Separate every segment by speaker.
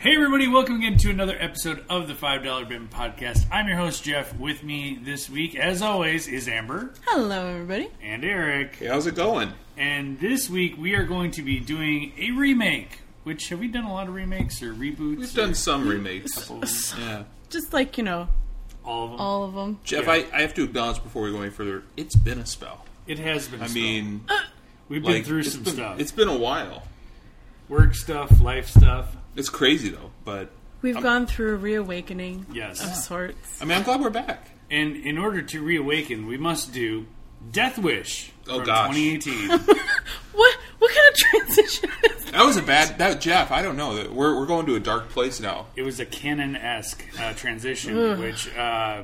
Speaker 1: Hey everybody, welcome again to another episode of the Five Dollar Bin Podcast. I'm your host Jeff. With me this week, as always, is Amber
Speaker 2: Hello, everybody.
Speaker 1: and Eric.
Speaker 3: Hey, how's it going?
Speaker 1: And this week we are going to be doing a remake. Which have we done a lot of remakes or reboots?
Speaker 3: We've done some remakes.
Speaker 1: some.
Speaker 3: Yeah.
Speaker 2: Just like, you know,
Speaker 1: All of them.
Speaker 2: all of them.
Speaker 3: Jeff,
Speaker 1: Yeah.
Speaker 3: I, I have to acknowledge before we go any further, it's been a spell.
Speaker 1: It has been.
Speaker 3: I mean,
Speaker 1: we've been
Speaker 3: like,
Speaker 1: through
Speaker 3: it's
Speaker 1: some
Speaker 3: been-
Speaker 1: stuff.
Speaker 3: It's been a while.
Speaker 1: work stuff, life stuff.
Speaker 3: It's crazy though, but
Speaker 2: We've gone through a reawakening
Speaker 1: Um, Yes.
Speaker 2: of sorts.
Speaker 3: I mean, I'm glad we're back.
Speaker 1: And in order to reawaken, we must do Death Wish
Speaker 3: Oh,
Speaker 1: from
Speaker 3: gosh.
Speaker 1: 2018.
Speaker 2: What what kind of transition is that?
Speaker 3: That was a bad. That Jeff, I don't know. We're we're going to a dark place now.
Speaker 1: it was a canon esque uh, transition, which uh,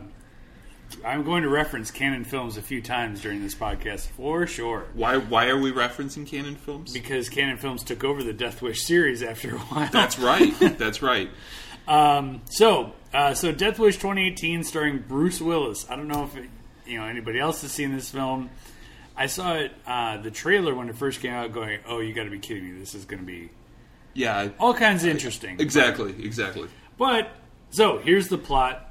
Speaker 1: I'm going to reference canon films a few times during this podcast for sure.
Speaker 3: Why why are we referencing canon films?
Speaker 1: Because Canon Films took over the Death Wish series after a while.
Speaker 3: That's right. That's right.
Speaker 1: Um, so, uh, so Death Wish 2018, starring Bruce Willis. I don't know if it, you know anybody else has seen this film. I saw it uh, the trailer when it first came out, going, "Oh, you got to be kidding me! This is going to be
Speaker 3: Yeah.
Speaker 1: all kinds of interesting."
Speaker 3: Exactly. Exactly.
Speaker 1: But so here's the plot.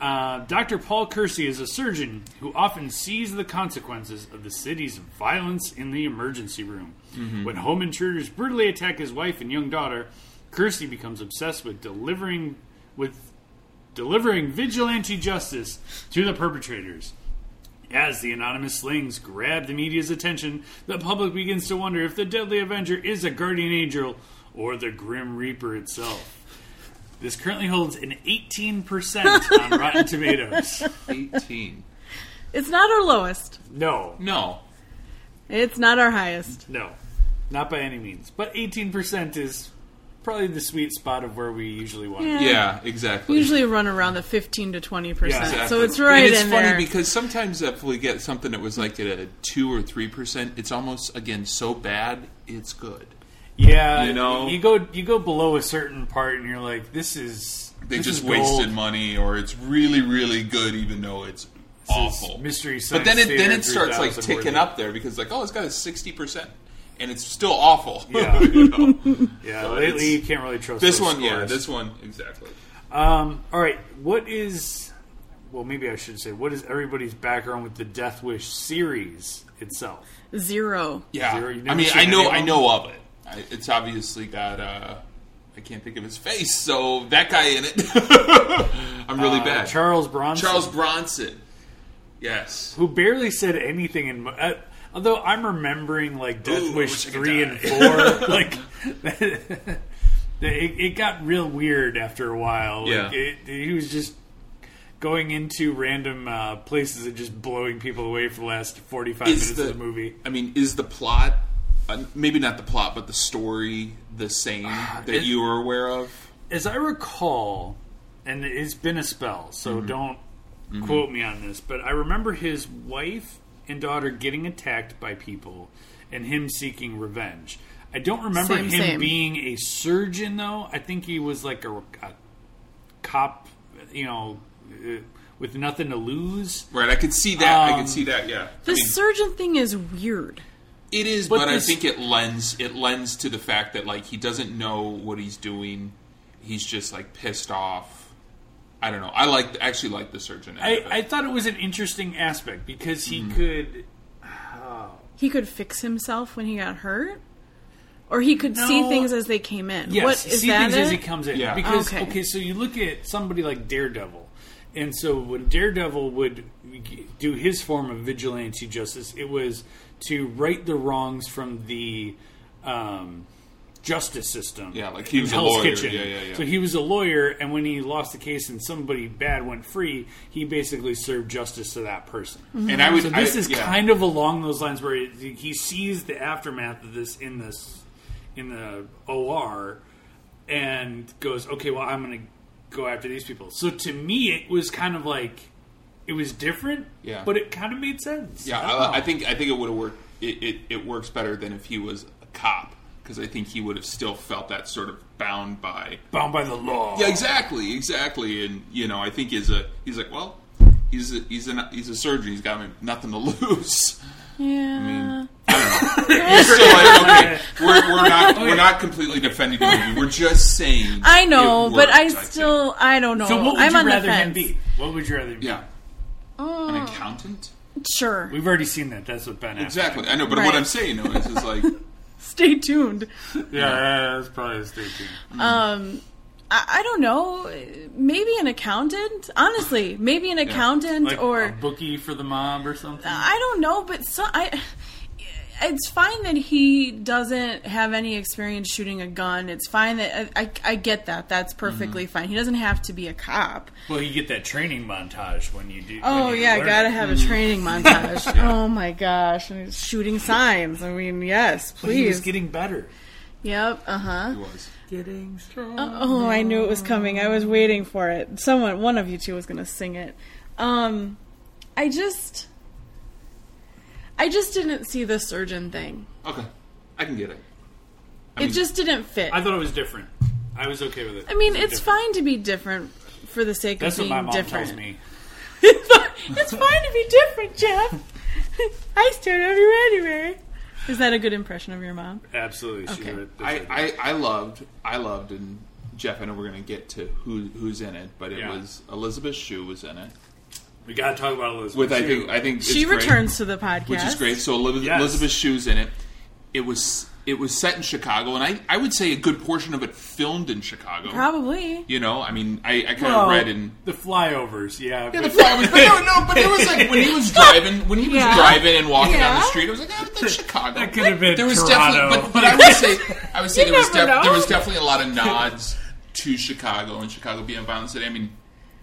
Speaker 1: Uh, Dr. Paul Kersey is a surgeon who often sees the consequences of the city's violence in the emergency room. When home intruders brutally attack his wife and young daughter, Kersey becomes obsessed with delivering with delivering vigilante justice to the perpetrators. As the anonymous slings grab the media's attention, the public begins to wonder if the deadly Avenger is a guardian angel or the Grim Reaper itself. This currently holds an 18% on Rotten Tomatoes.
Speaker 3: Eighteen.
Speaker 2: It's not our lowest.
Speaker 1: No,
Speaker 3: No.
Speaker 2: It's not our highest.
Speaker 1: no, not by any means. But 18% is probably the sweet spot of where we usually want to be.
Speaker 3: Yeah. Exactly.
Speaker 2: We usually run around the fifteen to twenty percent.
Speaker 1: Yeah,
Speaker 2: So
Speaker 3: Exactly.
Speaker 2: it's right
Speaker 3: and it's
Speaker 2: in
Speaker 3: funny
Speaker 2: there.
Speaker 3: because sometimes if we get something that was like at a two or three percent, it's almost again so bad it's good.
Speaker 1: Yeah,
Speaker 3: You know?
Speaker 1: you go you go below a certain part, and you're like, this is
Speaker 3: They
Speaker 1: this
Speaker 3: just
Speaker 1: is gold.
Speaker 3: wasted money, or it's really really good even though it's
Speaker 1: is
Speaker 3: awful.
Speaker 1: Mystery
Speaker 3: but
Speaker 1: Science
Speaker 3: then it then
Speaker 1: Theater
Speaker 3: it starts like
Speaker 1: 3000
Speaker 3: ticking
Speaker 1: worthy.
Speaker 3: up there because like oh it's got a sixty percent and it's still awful.
Speaker 1: Yeah.
Speaker 3: You know?
Speaker 1: Yeah,
Speaker 3: So
Speaker 1: lately
Speaker 3: it's-
Speaker 1: you can't really trust
Speaker 3: This
Speaker 1: those
Speaker 3: one, yeah,
Speaker 1: scores.
Speaker 3: this one exactly.
Speaker 1: Um, all right, what is? Well, maybe I should say what is everybody's background with the Death Wish series itself?
Speaker 2: Zero.
Speaker 3: Yeah,
Speaker 1: Zero, you've
Speaker 3: I
Speaker 1: never
Speaker 3: mean
Speaker 1: seen
Speaker 3: I know
Speaker 1: any of
Speaker 3: I
Speaker 1: them?
Speaker 3: know of it. I, it's obviously got. uh I can't think of his face, so that guy in it. I'm really
Speaker 1: Uh,
Speaker 3: bad.
Speaker 1: Charles Bronson.
Speaker 3: Charles Bronson. Yes.
Speaker 1: who barely said anything in mo- uh, although I'm remembering like Death
Speaker 3: Ooh, I
Speaker 1: Wish
Speaker 3: wish I could
Speaker 1: 3
Speaker 3: die.
Speaker 1: and 4 like it, it got real weird after a while like,
Speaker 3: Yeah.
Speaker 1: it, he was just going into random uh, places and just blowing people away for the last 45 minutes of the movie
Speaker 3: I mean, is the plot uh, maybe not the plot, but the story the same that
Speaker 1: Ah, it-
Speaker 3: you were aware of?
Speaker 1: as I recall, and it's been a spell, so don't quote me on this, but I remember his wife and daughter getting attacked by people and him seeking revenge. I don't remember
Speaker 2: Same,
Speaker 1: him
Speaker 2: same.
Speaker 1: being a surgeon, though. I think he was like a, a cop, you know, uh, with nothing to lose.
Speaker 3: Right, I could see that. I
Speaker 1: Um,
Speaker 3: could see that. Yeah, I
Speaker 2: The
Speaker 3: mean,
Speaker 2: surgeon thing is weird.
Speaker 3: it is,
Speaker 1: but
Speaker 3: but,
Speaker 1: this-
Speaker 3: I think it lends it lends to the fact that like he doesn't know what he's doing. He's just like pissed off. I don't know. I like actually like the surgeon. out
Speaker 1: I,
Speaker 3: of it.
Speaker 1: I thought it was an interesting aspect because he could.
Speaker 2: He could fix himself when he got hurt. Or he could see
Speaker 1: No.
Speaker 2: things as they came in.
Speaker 1: Yes,
Speaker 2: what is
Speaker 1: see
Speaker 2: that?
Speaker 1: things as he
Speaker 2: It?
Speaker 1: comes in.
Speaker 3: Yeah.
Speaker 1: Because okay.
Speaker 2: Okay.
Speaker 1: so you look at somebody like Daredevil, and so when Daredevil would do his form of vigilante justice, it was to right the wrongs from the um, justice system.
Speaker 3: Yeah, like he
Speaker 1: in
Speaker 3: was a
Speaker 1: Hell's
Speaker 3: lawyer.
Speaker 1: Kitchen.
Speaker 3: Yeah, yeah, yeah.
Speaker 1: So he was a lawyer, and when he lost the case and somebody bad went free, he basically served justice to that person.
Speaker 2: Mm-hmm.
Speaker 3: and I was.
Speaker 1: So this
Speaker 3: I,
Speaker 1: is
Speaker 3: yeah.
Speaker 1: kind of along those lines where he he sees the aftermath of this in this in the OR and goes, "Okay, well, I'm going to go after these people." So to me, it was kind of like it was different,
Speaker 3: Yeah.
Speaker 1: but it kind of made sense. Ah,
Speaker 3: Yeah,
Speaker 1: don't
Speaker 2: Oh.
Speaker 1: know.
Speaker 3: I, I think I think it would have worked. It, it, it works better than if he was a cop because I think he would have still felt that sort of bound by.
Speaker 1: bound by the law. Eh,
Speaker 3: Yeah, exactly, exactly. And you know, I think is a he's like, well, he's a, he's a he's a surgeon. He's got nothing to lose.
Speaker 2: Yeah.
Speaker 3: So like, okay, we're, we're not we're not completely defending the movie. We're just saying.
Speaker 2: I know,
Speaker 3: it
Speaker 2: but
Speaker 3: worked,
Speaker 2: I
Speaker 3: think.
Speaker 2: still I don't know.
Speaker 1: So what would
Speaker 2: I'm
Speaker 1: you
Speaker 2: on the
Speaker 1: rather him
Speaker 2: fence.
Speaker 1: be? What would you rather be?
Speaker 3: yeah, an
Speaker 2: Oh.
Speaker 3: accountant.
Speaker 2: Sure.
Speaker 1: We've already seen that. That's what Ben asked.
Speaker 3: Exactly. I know, but what
Speaker 2: Right.
Speaker 3: I'm saying though is, is like
Speaker 2: Stay tuned.
Speaker 1: Yeah, yeah, yeah, that's probably a state tune.
Speaker 2: Um I, I don't know. Maybe an accountant? Honestly, maybe an accountant
Speaker 1: Like um,
Speaker 2: or
Speaker 1: a bookie for the mob or something.
Speaker 2: I don't know, but so I. It's fine that he doesn't have any experience shooting a gun. It's fine that I, I, I get that. That's
Speaker 1: Mm-hmm.
Speaker 2: perfectly fine. He doesn't have to be a cop.
Speaker 1: Well, you get that training montage when you do. when
Speaker 2: Oh
Speaker 1: you
Speaker 2: yeah,
Speaker 1: learn
Speaker 2: gotta
Speaker 1: it. Mm-hmm.
Speaker 2: have a training montage. Oh my gosh, and he's shooting signs. I mean, yes,
Speaker 1: But he was
Speaker 2: please.
Speaker 1: getting better.
Speaker 2: yep. Uh huh.
Speaker 3: it was.
Speaker 1: Getting strong.
Speaker 2: Oh, I knew it was coming. I was waiting for it. Someone, one of you two, was going to sing it. Um, I just, I just didn't see the surgeon thing.
Speaker 3: Okay, I can get it. I
Speaker 2: It
Speaker 3: mean,
Speaker 2: just didn't fit.
Speaker 1: I thought it was different. I was okay with it.
Speaker 2: I mean,
Speaker 1: It was
Speaker 2: it's
Speaker 1: different.
Speaker 2: fine to be different for the sake
Speaker 1: That's
Speaker 2: of
Speaker 1: what
Speaker 2: being
Speaker 1: my mom
Speaker 2: different.
Speaker 1: tells me.
Speaker 2: it's, fine, it's fine to be different, Jeff. I stared out your anywhere. Is that a good impression of your mom?
Speaker 1: Absolutely. She
Speaker 2: Okay.
Speaker 1: wrote this idea.
Speaker 3: I, I I loved I loved and Jeff. I know we're gonna get to who who's in it, but it
Speaker 1: Yeah.
Speaker 3: was Elizabeth Shue was in it.
Speaker 1: we gotta talk about Elizabeth.
Speaker 3: With I
Speaker 1: Shue.
Speaker 3: think I think
Speaker 2: She
Speaker 3: it's great.
Speaker 2: returns to the podcast,
Speaker 3: which is great. So Elizabeth,
Speaker 1: Yes.
Speaker 3: Elizabeth Shue's in it. It was it was set in Chicago, and I, I would say a good portion of it filmed in Chicago.
Speaker 2: Probably.
Speaker 3: You know, I mean, I, I kind
Speaker 1: Well,
Speaker 3: of read in.
Speaker 1: the flyovers. Yeah.
Speaker 3: Yeah, the
Speaker 1: but-
Speaker 3: fly was, but no, no, but it was like when he was driving, when he was
Speaker 2: Yeah.
Speaker 3: driving and walking down the
Speaker 2: Yeah.
Speaker 3: street, it was like, ah, that's Chicago.
Speaker 1: That could have been
Speaker 3: There was
Speaker 1: Toronto.
Speaker 3: definitely, but, but I would say, I would say
Speaker 2: You
Speaker 3: there was,
Speaker 2: never know.
Speaker 3: def- there was definitely a lot of nods to Chicago and Chicago being a violent city. I mean,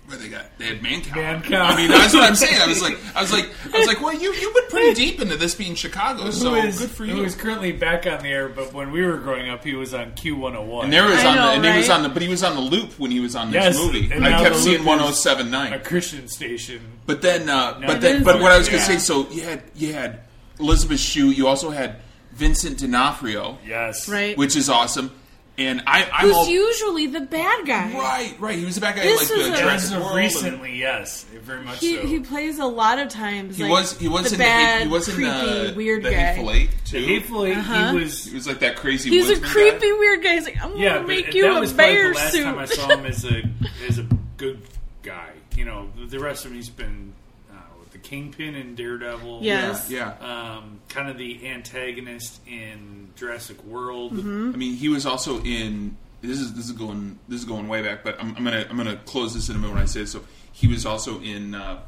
Speaker 3: where they got, they had man count.
Speaker 1: Man count.
Speaker 3: I mean, that's what I'm saying. I was like, I was like, I was like, well, you you went pretty deep into this being Chicago, so
Speaker 1: who is
Speaker 3: good for
Speaker 1: who
Speaker 3: you.
Speaker 1: is currently back on the air? But when we were growing up, he was on Q one hundred one.
Speaker 3: And there was
Speaker 2: I
Speaker 3: on the,
Speaker 2: know,
Speaker 3: and he was
Speaker 2: right?
Speaker 3: on the, but he was on the loop when he was on this
Speaker 1: Yes,
Speaker 3: movie.
Speaker 1: and
Speaker 3: I
Speaker 1: now
Speaker 3: kept
Speaker 1: the
Speaker 3: seeing
Speaker 1: loop is-
Speaker 3: 1079.
Speaker 1: a Christian station.
Speaker 3: But then, uh,
Speaker 1: No,
Speaker 3: but
Speaker 1: it
Speaker 3: then,
Speaker 1: is
Speaker 3: but what I was
Speaker 1: weird,
Speaker 3: going to
Speaker 1: yeah.
Speaker 3: say, so you had you had Elizabeth Shue. You also had Vincent D'Onofrio,
Speaker 1: Yes.
Speaker 2: Right.
Speaker 3: which is awesome. And I, I'm
Speaker 2: Who's
Speaker 3: all
Speaker 2: usually the bad guy?
Speaker 3: right, right. He was the bad guy, in,
Speaker 2: This
Speaker 3: like
Speaker 2: is
Speaker 3: the
Speaker 1: Yeah,
Speaker 2: a-
Speaker 1: As
Speaker 3: Jurassic
Speaker 1: of
Speaker 3: World. and-
Speaker 1: recently, yes, very much
Speaker 2: He,
Speaker 1: so.
Speaker 2: he plays a lot of times.
Speaker 3: he
Speaker 2: like,
Speaker 3: was he was
Speaker 2: the
Speaker 3: in
Speaker 2: bad,
Speaker 3: the, he was in uh,
Speaker 2: creepy,
Speaker 3: the
Speaker 2: weird
Speaker 3: the
Speaker 2: guy.
Speaker 3: Hateful Eight too.
Speaker 1: The Hateful Eight,
Speaker 2: Uh-huh.
Speaker 1: he was
Speaker 3: He was like that crazy.
Speaker 2: He's a
Speaker 3: woodsman
Speaker 2: creepy
Speaker 3: guy.
Speaker 2: weird guy. He's like, I'm
Speaker 1: yeah,
Speaker 2: gonna
Speaker 1: but
Speaker 2: make
Speaker 1: that
Speaker 2: you a
Speaker 1: was probably
Speaker 2: bear
Speaker 1: the last
Speaker 2: suit.
Speaker 1: time I saw him as a as a good guy. You know, the rest of him he's been uh, with the Kingpin and Daredevil.
Speaker 2: Yes.
Speaker 3: Yeah, yeah.
Speaker 1: Um, kind of the antagonist in Jurassic World.
Speaker 3: I mean, he was also in. This is this is going this is going way back, but I'm, I'm gonna I'm gonna close this in a moment when I say this. So he was also in uh,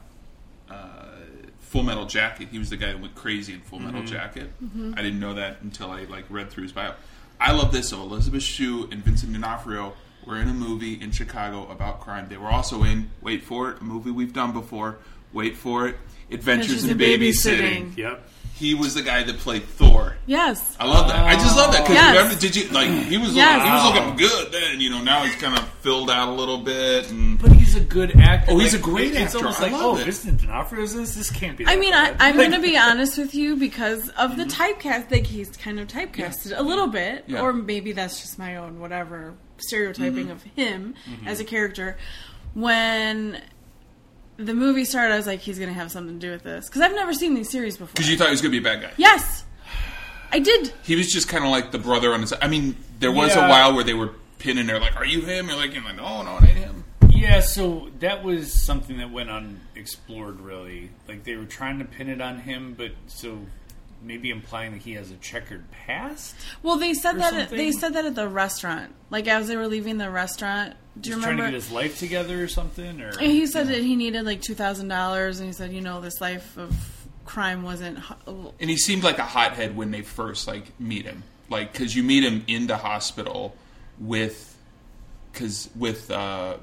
Speaker 3: uh, Full Metal Jacket. He was the guy that went crazy in Full Metal Jacket.
Speaker 2: Mm-hmm.
Speaker 3: I didn't know that until I like read through his bio. I love this. So Elizabeth Shue and Vincent D'Onofrio were in a movie in Chicago about crime. They were also in wait for it a movie we've done before. Wait for it,
Speaker 2: Adventures
Speaker 3: Adventures, in
Speaker 2: in
Speaker 3: Babysitting.
Speaker 2: Babysitting.
Speaker 1: Yep.
Speaker 3: He was the guy that played Thor.
Speaker 2: Yes.
Speaker 3: I love that. I just love that because
Speaker 2: Yes.
Speaker 3: remember, did you like he was
Speaker 2: Yes.
Speaker 3: looking, he was looking good then? You know, now he's kind of filled out a little bit, and
Speaker 1: But he's a good actor.
Speaker 3: Oh, he's
Speaker 1: Like,
Speaker 3: a great
Speaker 1: it- It's
Speaker 3: actor.
Speaker 1: almost
Speaker 3: I
Speaker 1: like,
Speaker 3: love
Speaker 1: oh,
Speaker 3: it.
Speaker 1: Vincent D'Onofrio's this. This can't be.
Speaker 2: I
Speaker 1: that
Speaker 2: mean, I,
Speaker 1: bad.
Speaker 2: I'm
Speaker 1: Like,
Speaker 2: gonna be honest with you because of the typecast. Like he's kind of typecasted a little bit,
Speaker 3: Mm-hmm. Yeah. Mm-hmm.
Speaker 2: or maybe that's just my own whatever stereotyping of him as a character. When the movie started, I was like, he's gonna have something to do with this because I've never seen these series before.
Speaker 3: because you thought he was going to be a bad guy.
Speaker 2: yes, I did.
Speaker 3: He was just kind of like the brother on his. I mean, there was
Speaker 1: Yeah.
Speaker 3: a while where they were pinning there, like, "Are you him?" You're like, "You're like, no, no, it ain't him."
Speaker 1: Yeah, so that was something that went unexplored, really. Like they were trying to pin it on him, but so maybe implying that he has a checkered past.
Speaker 2: Well, they said that at,
Speaker 1: something.
Speaker 2: they said that at the restaurant. Like as they were leaving the restaurant, do you
Speaker 1: He's trying
Speaker 2: remember?
Speaker 1: to get his life together or something, or
Speaker 2: And he said that he needed like two thousand dollars, and he said, you know, this life of crime wasn't. oh, ho-
Speaker 3: And he seemed like a hothead when they first like meet him, like because you meet him in the hospital with, because with uh,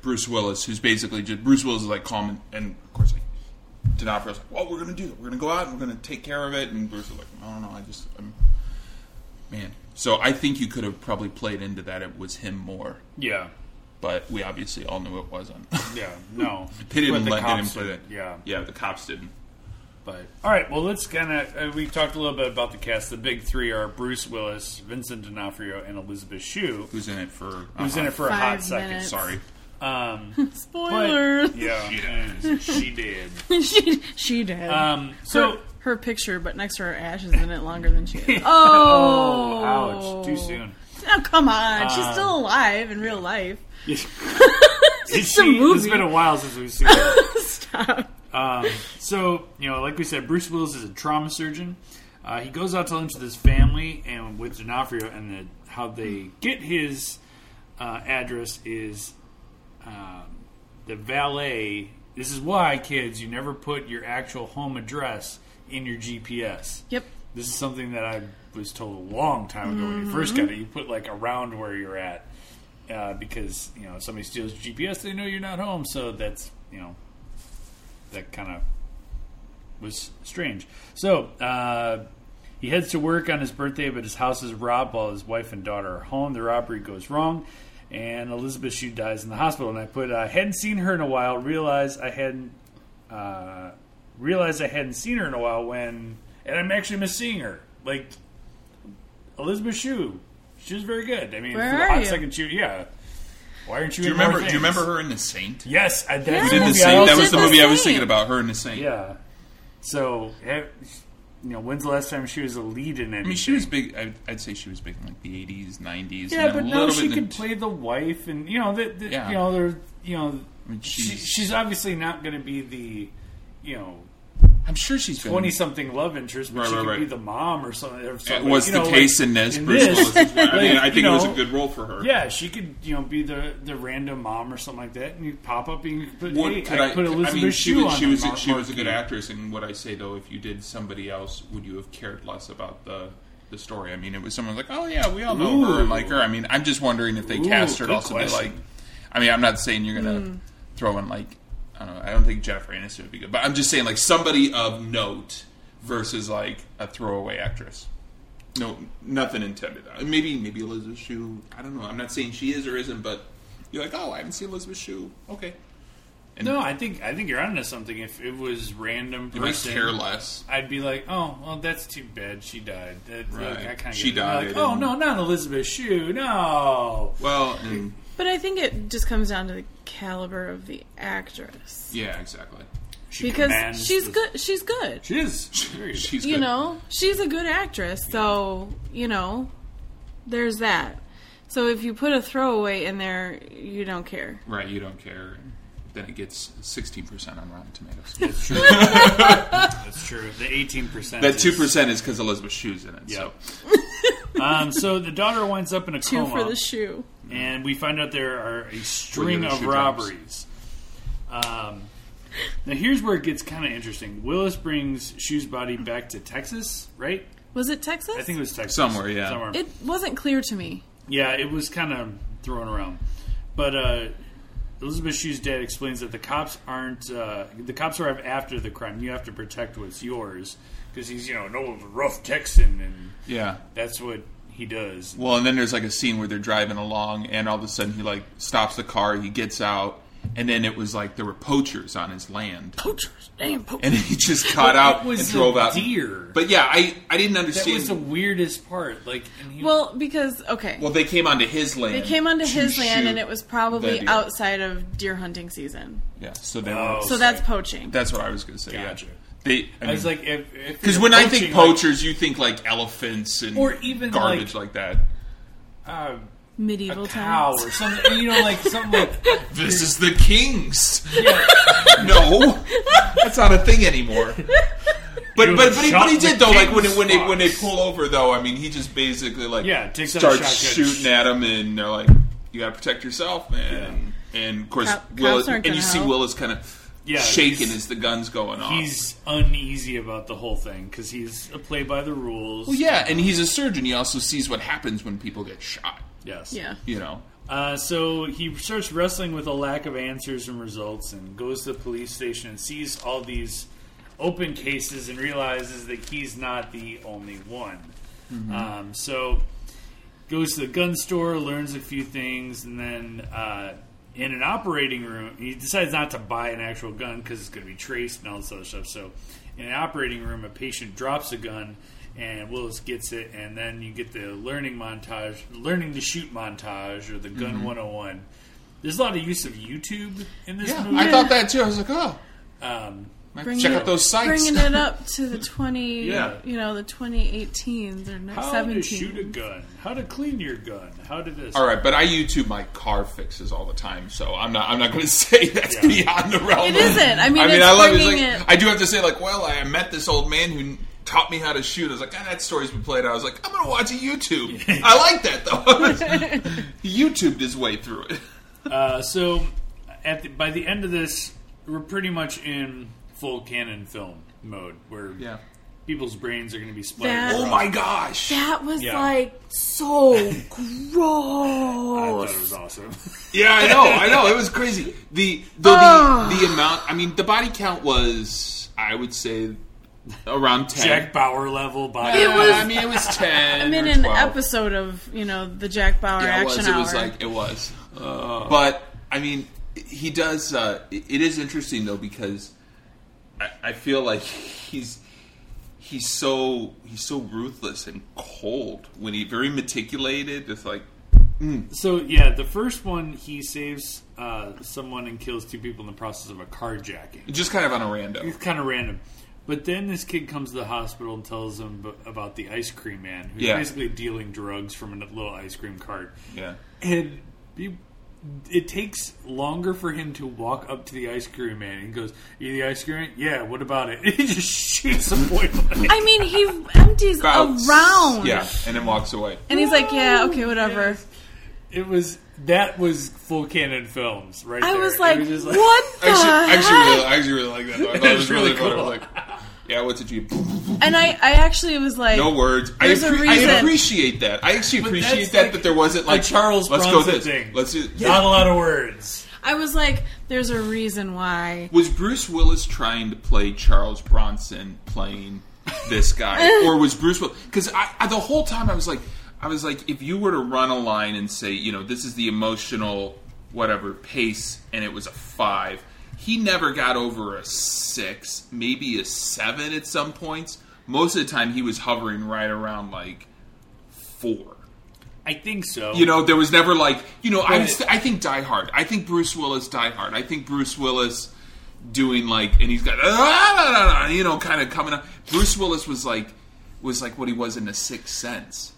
Speaker 3: Bruce Willis, who's basically just Bruce Willis is like calm and, and of course like, D'Onofrio's like, "Well, we're gonna do that. We're gonna go out and we're gonna take care of it." And Bruce is like, "I don't know. I just, I'm, man." So I think you could have probably played into that. It was him more,
Speaker 1: yeah,
Speaker 3: but we obviously all knew it wasn't.
Speaker 1: yeah, no,
Speaker 3: they
Speaker 1: But
Speaker 3: didn't
Speaker 1: the
Speaker 3: let they didn't
Speaker 1: cops
Speaker 3: play that.
Speaker 1: did, Yeah,
Speaker 3: yeah, the cops didn't.
Speaker 1: but all right. Well, let's kind of uh, we talked a little bit about the cast. The big three are Bruce Willis, Vincent D'Onofrio, and Elizabeth Shue,
Speaker 3: Who's in it for? uh-huh.
Speaker 1: who's in it for a
Speaker 2: Five
Speaker 1: hot second.
Speaker 2: minutes.
Speaker 3: Sorry.
Speaker 1: Um,
Speaker 2: Spoilers.
Speaker 1: yeah, she did.
Speaker 2: she she did.
Speaker 1: Um, so
Speaker 2: her, her picture, but next to her ashes in it longer than she is. Oh,
Speaker 1: Oh, ouch! Too soon. Uh,
Speaker 2: Oh, come on. She's still alive in real life.
Speaker 1: Is
Speaker 2: a
Speaker 1: she- It's
Speaker 2: movie.
Speaker 1: been a while since we've seen her.
Speaker 2: Stop.
Speaker 1: Um, so, you know, like we said, Bruce Willis is a trauma surgeon. Uh, he goes out to lunch with his family and with D'Onofrio, and the, how they get his uh, address is um, the valet. This is why, kids, you never put your actual home address in your GPS.
Speaker 2: Yep.
Speaker 1: This is something that I was told a long time ago when you first got it. You put like around where you're at uh, because you know if somebody steals your GPS, they know you're not home. So that's you know that kind of was strange. So uh, he heads to work on his birthday, but his house is robbed while his wife and daughter are home. The robbery goes wrong. And Elizabeth Shue dies in the hospital, and I put I hadn't seen her in a while. Realized I hadn't uh, realized I hadn't seen her in a while when, and I'm actually miss seeing her. Like Elizabeth Shue, she was very good. I mean,
Speaker 2: Where
Speaker 1: for the
Speaker 2: are
Speaker 1: hot
Speaker 2: you?
Speaker 1: second she, yeah. Why aren't you?
Speaker 3: Do you
Speaker 1: in more
Speaker 3: remember? Do you
Speaker 1: things?
Speaker 3: remember her in The Saint?
Speaker 1: Yes, I, that's
Speaker 2: We
Speaker 3: Did
Speaker 1: the
Speaker 3: the
Speaker 1: movie I
Speaker 3: Saint? That
Speaker 1: also-
Speaker 3: was the
Speaker 2: did The
Speaker 3: movie I was
Speaker 2: Saint.
Speaker 3: thinking about. Her in The Saint.
Speaker 1: yeah. So, eh, you know, when's the last time she was a lead in anything?
Speaker 3: I mean, she was big. I'd, I'd say she was big in like the '80s, '90s.
Speaker 1: Yeah,
Speaker 3: and
Speaker 1: but
Speaker 3: then a
Speaker 1: now
Speaker 3: little
Speaker 1: she
Speaker 3: bit
Speaker 1: could
Speaker 3: in,
Speaker 1: play the wife, and you know, the, the,
Speaker 3: Yeah.
Speaker 1: you know, they're you know,
Speaker 3: I mean,
Speaker 1: she,
Speaker 3: she's-
Speaker 1: she's obviously not going to be the you know
Speaker 3: I'm sure she's been.
Speaker 1: twenty something love interest, but
Speaker 3: Right,
Speaker 1: she
Speaker 3: right,
Speaker 1: could
Speaker 3: right.
Speaker 1: be the mom or something. Or
Speaker 3: It
Speaker 1: something.
Speaker 3: was
Speaker 1: you
Speaker 3: the
Speaker 1: know, like,
Speaker 3: case in this.
Speaker 1: in
Speaker 3: Bruce
Speaker 1: this.
Speaker 3: Willis is one. I mean,
Speaker 1: Like,
Speaker 3: I think
Speaker 1: you
Speaker 3: it was
Speaker 1: know,
Speaker 3: a good role for her.
Speaker 1: Yeah, she could, you know, be the the random mom or something like that, and you pop up and you put,
Speaker 3: What
Speaker 1: hey,
Speaker 3: could
Speaker 1: I, put Elizabeth
Speaker 3: I mean, she
Speaker 1: Shue
Speaker 3: was
Speaker 1: on
Speaker 3: she
Speaker 1: the
Speaker 3: was
Speaker 1: mar-
Speaker 3: she was a good
Speaker 1: marquee.
Speaker 3: actress. And what I say though, if you did somebody else, would you have cared less about the the story? I mean, it was someone like, oh yeah, we all know her and
Speaker 1: Ooh.
Speaker 3: like her. I mean, I'm just wondering if they
Speaker 1: Ooh,
Speaker 3: cast her
Speaker 1: good
Speaker 3: to also be
Speaker 1: question.
Speaker 3: like. I mean, I'm not saying you're gonna throw in like I don't know. I don't think Jennifer Aniston would be good, but I'm just saying like somebody of note versus like a throwaway actress. No, nothing intended. Uh, Maybe maybe Elizabeth Shue. I don't know. I'm not saying she is or isn't, but you're like, oh, I haven't seen Elizabeth Shue. Okay, and
Speaker 1: No, I think I think you're onto something. If it was random
Speaker 3: you might
Speaker 1: person,
Speaker 3: care less.
Speaker 1: I'd be like, oh, well, that's too bad. She died. That,
Speaker 3: Right.
Speaker 1: like, I kinda
Speaker 3: She
Speaker 1: get it. Like,
Speaker 3: died
Speaker 1: oh
Speaker 3: and-
Speaker 1: no, not Elizabeth Shue. No.
Speaker 3: Well, mm, and
Speaker 2: But I think it just comes down to the caliber of the actress.
Speaker 3: yeah, exactly.
Speaker 1: She
Speaker 2: Because
Speaker 1: commands
Speaker 2: she's
Speaker 1: the-
Speaker 2: good. She's good.
Speaker 1: She is. Very good.
Speaker 3: She's
Speaker 2: you
Speaker 3: good.
Speaker 2: know, she's a good actress. So, you know, there's that. So if you put a throwaway in there, you don't care.
Speaker 3: right? You don't care. Then it gets 16% on Rotten Tomatoes.
Speaker 1: That's true. That's true. The eighteen percent.
Speaker 3: that two percent is because Elizabeth Shue's in it. So
Speaker 1: Um, so the daughter winds up in a
Speaker 2: Two
Speaker 3: Oh,
Speaker 1: coma.
Speaker 2: for the shoe.
Speaker 1: and we find out there are a string
Speaker 3: We're gonna
Speaker 1: of
Speaker 3: shoot
Speaker 1: robberies. Um, now here's where it gets kind of interesting. Willis brings Shoe's body back to Texas, right?
Speaker 2: Was it Texas?
Speaker 1: I think it was Texas.
Speaker 3: Somewhere, yeah.
Speaker 1: Somewhere.
Speaker 2: it wasn't clear to me.
Speaker 1: Yeah, it was kind of thrown around. But uh, Elizabeth Shue's dad explains that the cops aren't uh, the cops arrive after the crime. You have to protect what's yours because he's you know an old rough Texan, and
Speaker 3: yeah.
Speaker 1: that's what he does.
Speaker 3: Well, and then there's like a scene where they're driving along, and all of a sudden he like stops the car, he gets out, and then it was like there were poachers on his land,
Speaker 2: Poachers, damn poachers.
Speaker 3: and he just got out
Speaker 1: It was
Speaker 3: and drove
Speaker 1: a
Speaker 3: out.
Speaker 1: deer.
Speaker 3: But yeah, I I didn't
Speaker 1: that
Speaker 3: understand.
Speaker 1: was the weirdest part. Like, and he,
Speaker 2: Well, because okay,
Speaker 3: well, they came onto his land.
Speaker 2: they came onto
Speaker 3: to
Speaker 2: his land,
Speaker 3: shoot
Speaker 2: and it was
Speaker 3: the
Speaker 2: probably
Speaker 3: deer.
Speaker 2: outside of deer hunting season.
Speaker 3: Yeah, so they
Speaker 1: Oh.
Speaker 3: were.
Speaker 2: So that's poaching.
Speaker 3: That's what I was going to say. yeah.
Speaker 1: Gotcha.
Speaker 3: They, I,
Speaker 1: I was
Speaker 3: mean,
Speaker 1: like, if- if
Speaker 3: because
Speaker 1: you're
Speaker 3: when I
Speaker 1: poaching,
Speaker 3: think
Speaker 1: like,
Speaker 3: poachers, you think like elephants and
Speaker 1: Or even,
Speaker 3: garbage
Speaker 1: like-
Speaker 3: like, that.
Speaker 1: uh,
Speaker 2: Medieval
Speaker 1: cow
Speaker 2: times.
Speaker 1: or something, you know, like something like
Speaker 3: This is the king's.
Speaker 1: yeah,
Speaker 3: no, that's not a thing anymore. But
Speaker 1: You
Speaker 3: but but he,
Speaker 1: shot
Speaker 3: but he
Speaker 1: the
Speaker 3: did though. Like when it,
Speaker 1: king's
Speaker 3: when they when they
Speaker 1: fox.
Speaker 3: pull over though, I mean, he just basically like
Speaker 1: Yeah, takes out a
Speaker 3: starts
Speaker 1: shotgun.
Speaker 3: shooting at him, and they're like, "You got to protect yourself, man." And of course,
Speaker 2: Cop-
Speaker 3: Willis,
Speaker 2: cops aren't
Speaker 3: and you
Speaker 2: gonna
Speaker 3: see
Speaker 2: help.
Speaker 3: Willis kind of
Speaker 1: Yeah,
Speaker 3: shaking
Speaker 1: he's-
Speaker 3: as the gun's going off.
Speaker 1: he's uneasy about the whole thing because he's a play by the rules.
Speaker 3: Well, yeah, and he's a surgeon. He also sees what happens when people get shot.
Speaker 1: Yes.
Speaker 2: Yeah.
Speaker 3: You know,
Speaker 1: Uh, so he starts wrestling with a lack of answers and results and goes to the police station and sees all these open cases and realizes that he's not the only one. Um, so goes to the gun store, learns a few things, and then uh, in an operating room, he decides not to buy an actual gun because it's going to be traced and all this other stuff. So in an operating room, a patient drops a gun. And Willis gets it, and then you get the learning montage, learning to shoot montage, or the gun 101, There's a lot of use of YouTube in this
Speaker 3: Yeah,
Speaker 1: movie.
Speaker 3: I thought that too. I was like, oh,
Speaker 1: um,
Speaker 2: Bringing
Speaker 3: check
Speaker 2: Mm-hmm. it-
Speaker 3: out those sites.
Speaker 2: Bringing it up to the 20,
Speaker 3: Yeah.
Speaker 2: you know, the 2018s or
Speaker 1: how to
Speaker 2: 17.
Speaker 1: shoot a gun, how to clean your gun, how to this.
Speaker 3: All right, but I YouTube my car fixes all the time, so I'm not. I'm not going to say that's
Speaker 1: Yeah.
Speaker 3: beyond the realm.
Speaker 2: It
Speaker 3: of-
Speaker 2: isn't. I mean, it's
Speaker 3: it's
Speaker 2: bringing
Speaker 3: like,
Speaker 2: it-
Speaker 3: I do have to say, like, well, I met this old man who taught me how to shoot. I was like, God, that story's been played. out." I was like, I'm going to watch a YouTube. I like that though. he YouTubed his way through it.
Speaker 1: Uh, so, at the, by the end of this, we're pretty much in full canon film mode, where people's brains are going to be splattered.
Speaker 2: That-
Speaker 3: Oh
Speaker 1: across.
Speaker 3: my gosh!
Speaker 2: That was
Speaker 1: Yeah.
Speaker 2: like so
Speaker 1: I thought it
Speaker 2: gross.
Speaker 1: was awesome.
Speaker 3: Yeah, I know, I know. It was crazy. The though the,
Speaker 2: Ah.
Speaker 3: the amount. I mean, the body count was, I would say, around ten.
Speaker 1: Jack Bauer level body.
Speaker 2: It was-
Speaker 3: I mean, it was ten.
Speaker 2: I'm in
Speaker 3: or
Speaker 2: an
Speaker 3: 12.
Speaker 2: episode of you know the Jack Bauer
Speaker 3: Yeah, it
Speaker 2: action
Speaker 3: was.
Speaker 2: hour.
Speaker 3: It was like it was. but I mean, he does. Uh, it it is interesting though because I, I feel like he's he's so he's so ruthless and cold when he very meticulated. It's like
Speaker 1: So yeah, the first one he saves uh, someone and kills two people in the process of a carjacking.
Speaker 3: just kind of on a random.
Speaker 1: It's kind of random. But then this kid comes to the hospital and tells him b- about the ice cream man, who's
Speaker 3: Yeah.
Speaker 1: basically dealing drugs from a little ice cream cart.
Speaker 3: Yeah.
Speaker 1: And he, it takes longer for him to walk up to the ice cream man and goes, "You the ice cream? Man? Yeah. What about it?" he just shoots him point blank.
Speaker 2: I mean, he empties
Speaker 3: About-
Speaker 2: around.
Speaker 3: Yeah, and then walks away.
Speaker 2: And he's like, yeah, okay, whatever.
Speaker 1: It was that was full canon films right
Speaker 2: I
Speaker 1: there.
Speaker 2: was
Speaker 1: It
Speaker 2: like,
Speaker 1: just
Speaker 2: what the
Speaker 3: Actually, actually,
Speaker 2: heck?
Speaker 3: really, I actually really like that. Though. I thought it was
Speaker 1: It's
Speaker 3: really,
Speaker 1: really
Speaker 3: funny.
Speaker 1: cool.
Speaker 3: Like, yeah, what's it? You
Speaker 2: And I, I actually was like,
Speaker 3: No words. I,
Speaker 2: There's a
Speaker 3: appre- I
Speaker 2: reason.
Speaker 3: appreciate that. I actually
Speaker 1: But
Speaker 3: appreciate
Speaker 1: that's
Speaker 3: that.
Speaker 1: like
Speaker 3: that there wasn't like
Speaker 1: Charles
Speaker 3: Let's go
Speaker 1: Bronson
Speaker 3: this.
Speaker 1: thing.
Speaker 3: Let's do.
Speaker 1: Not a lot of words.
Speaker 2: I was like, there's a reason why.
Speaker 3: Was Bruce Willis trying to play Charles Bronson playing this guy, or was Bruce Willis? Because I, I, the whole time I was like, I was like, if you were to run a line and say, you know, this is the emotional whatever pace, and it was a five. He never got over a six, maybe a seven at some points. Most of the time, he was hovering right around like four.
Speaker 1: I think so.
Speaker 3: You know, there was never like you know. I
Speaker 1: Right.
Speaker 3: was, I think Die Hard. I think Bruce Willis Die Hard. I think Bruce Willis doing like, and he's got ah, nah, nah, nah, you know, kind of coming up. Bruce Willis was like was like what he was in The Sixth Sense.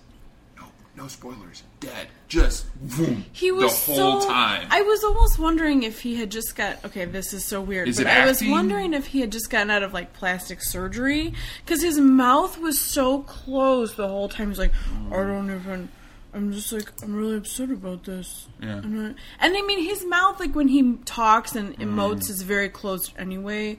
Speaker 3: No, no spoilers. Dead. Just boom.
Speaker 2: He was
Speaker 3: the whole
Speaker 2: so,
Speaker 3: time.
Speaker 2: I was almost wondering if he had just got. Okay, this is so weird.
Speaker 3: Is
Speaker 2: but
Speaker 3: it
Speaker 2: I was
Speaker 3: acting?
Speaker 2: wondering if he had just gotten out of like plastic surgery because his mouth was so closed the whole time. He's like,
Speaker 3: Mm.
Speaker 2: I don't even. I'm just like I'm really upset about this.
Speaker 3: Yeah.
Speaker 2: I'm not- and I mean, his mouth like when he talks and
Speaker 3: Mm.
Speaker 2: emotes is very closed anyway.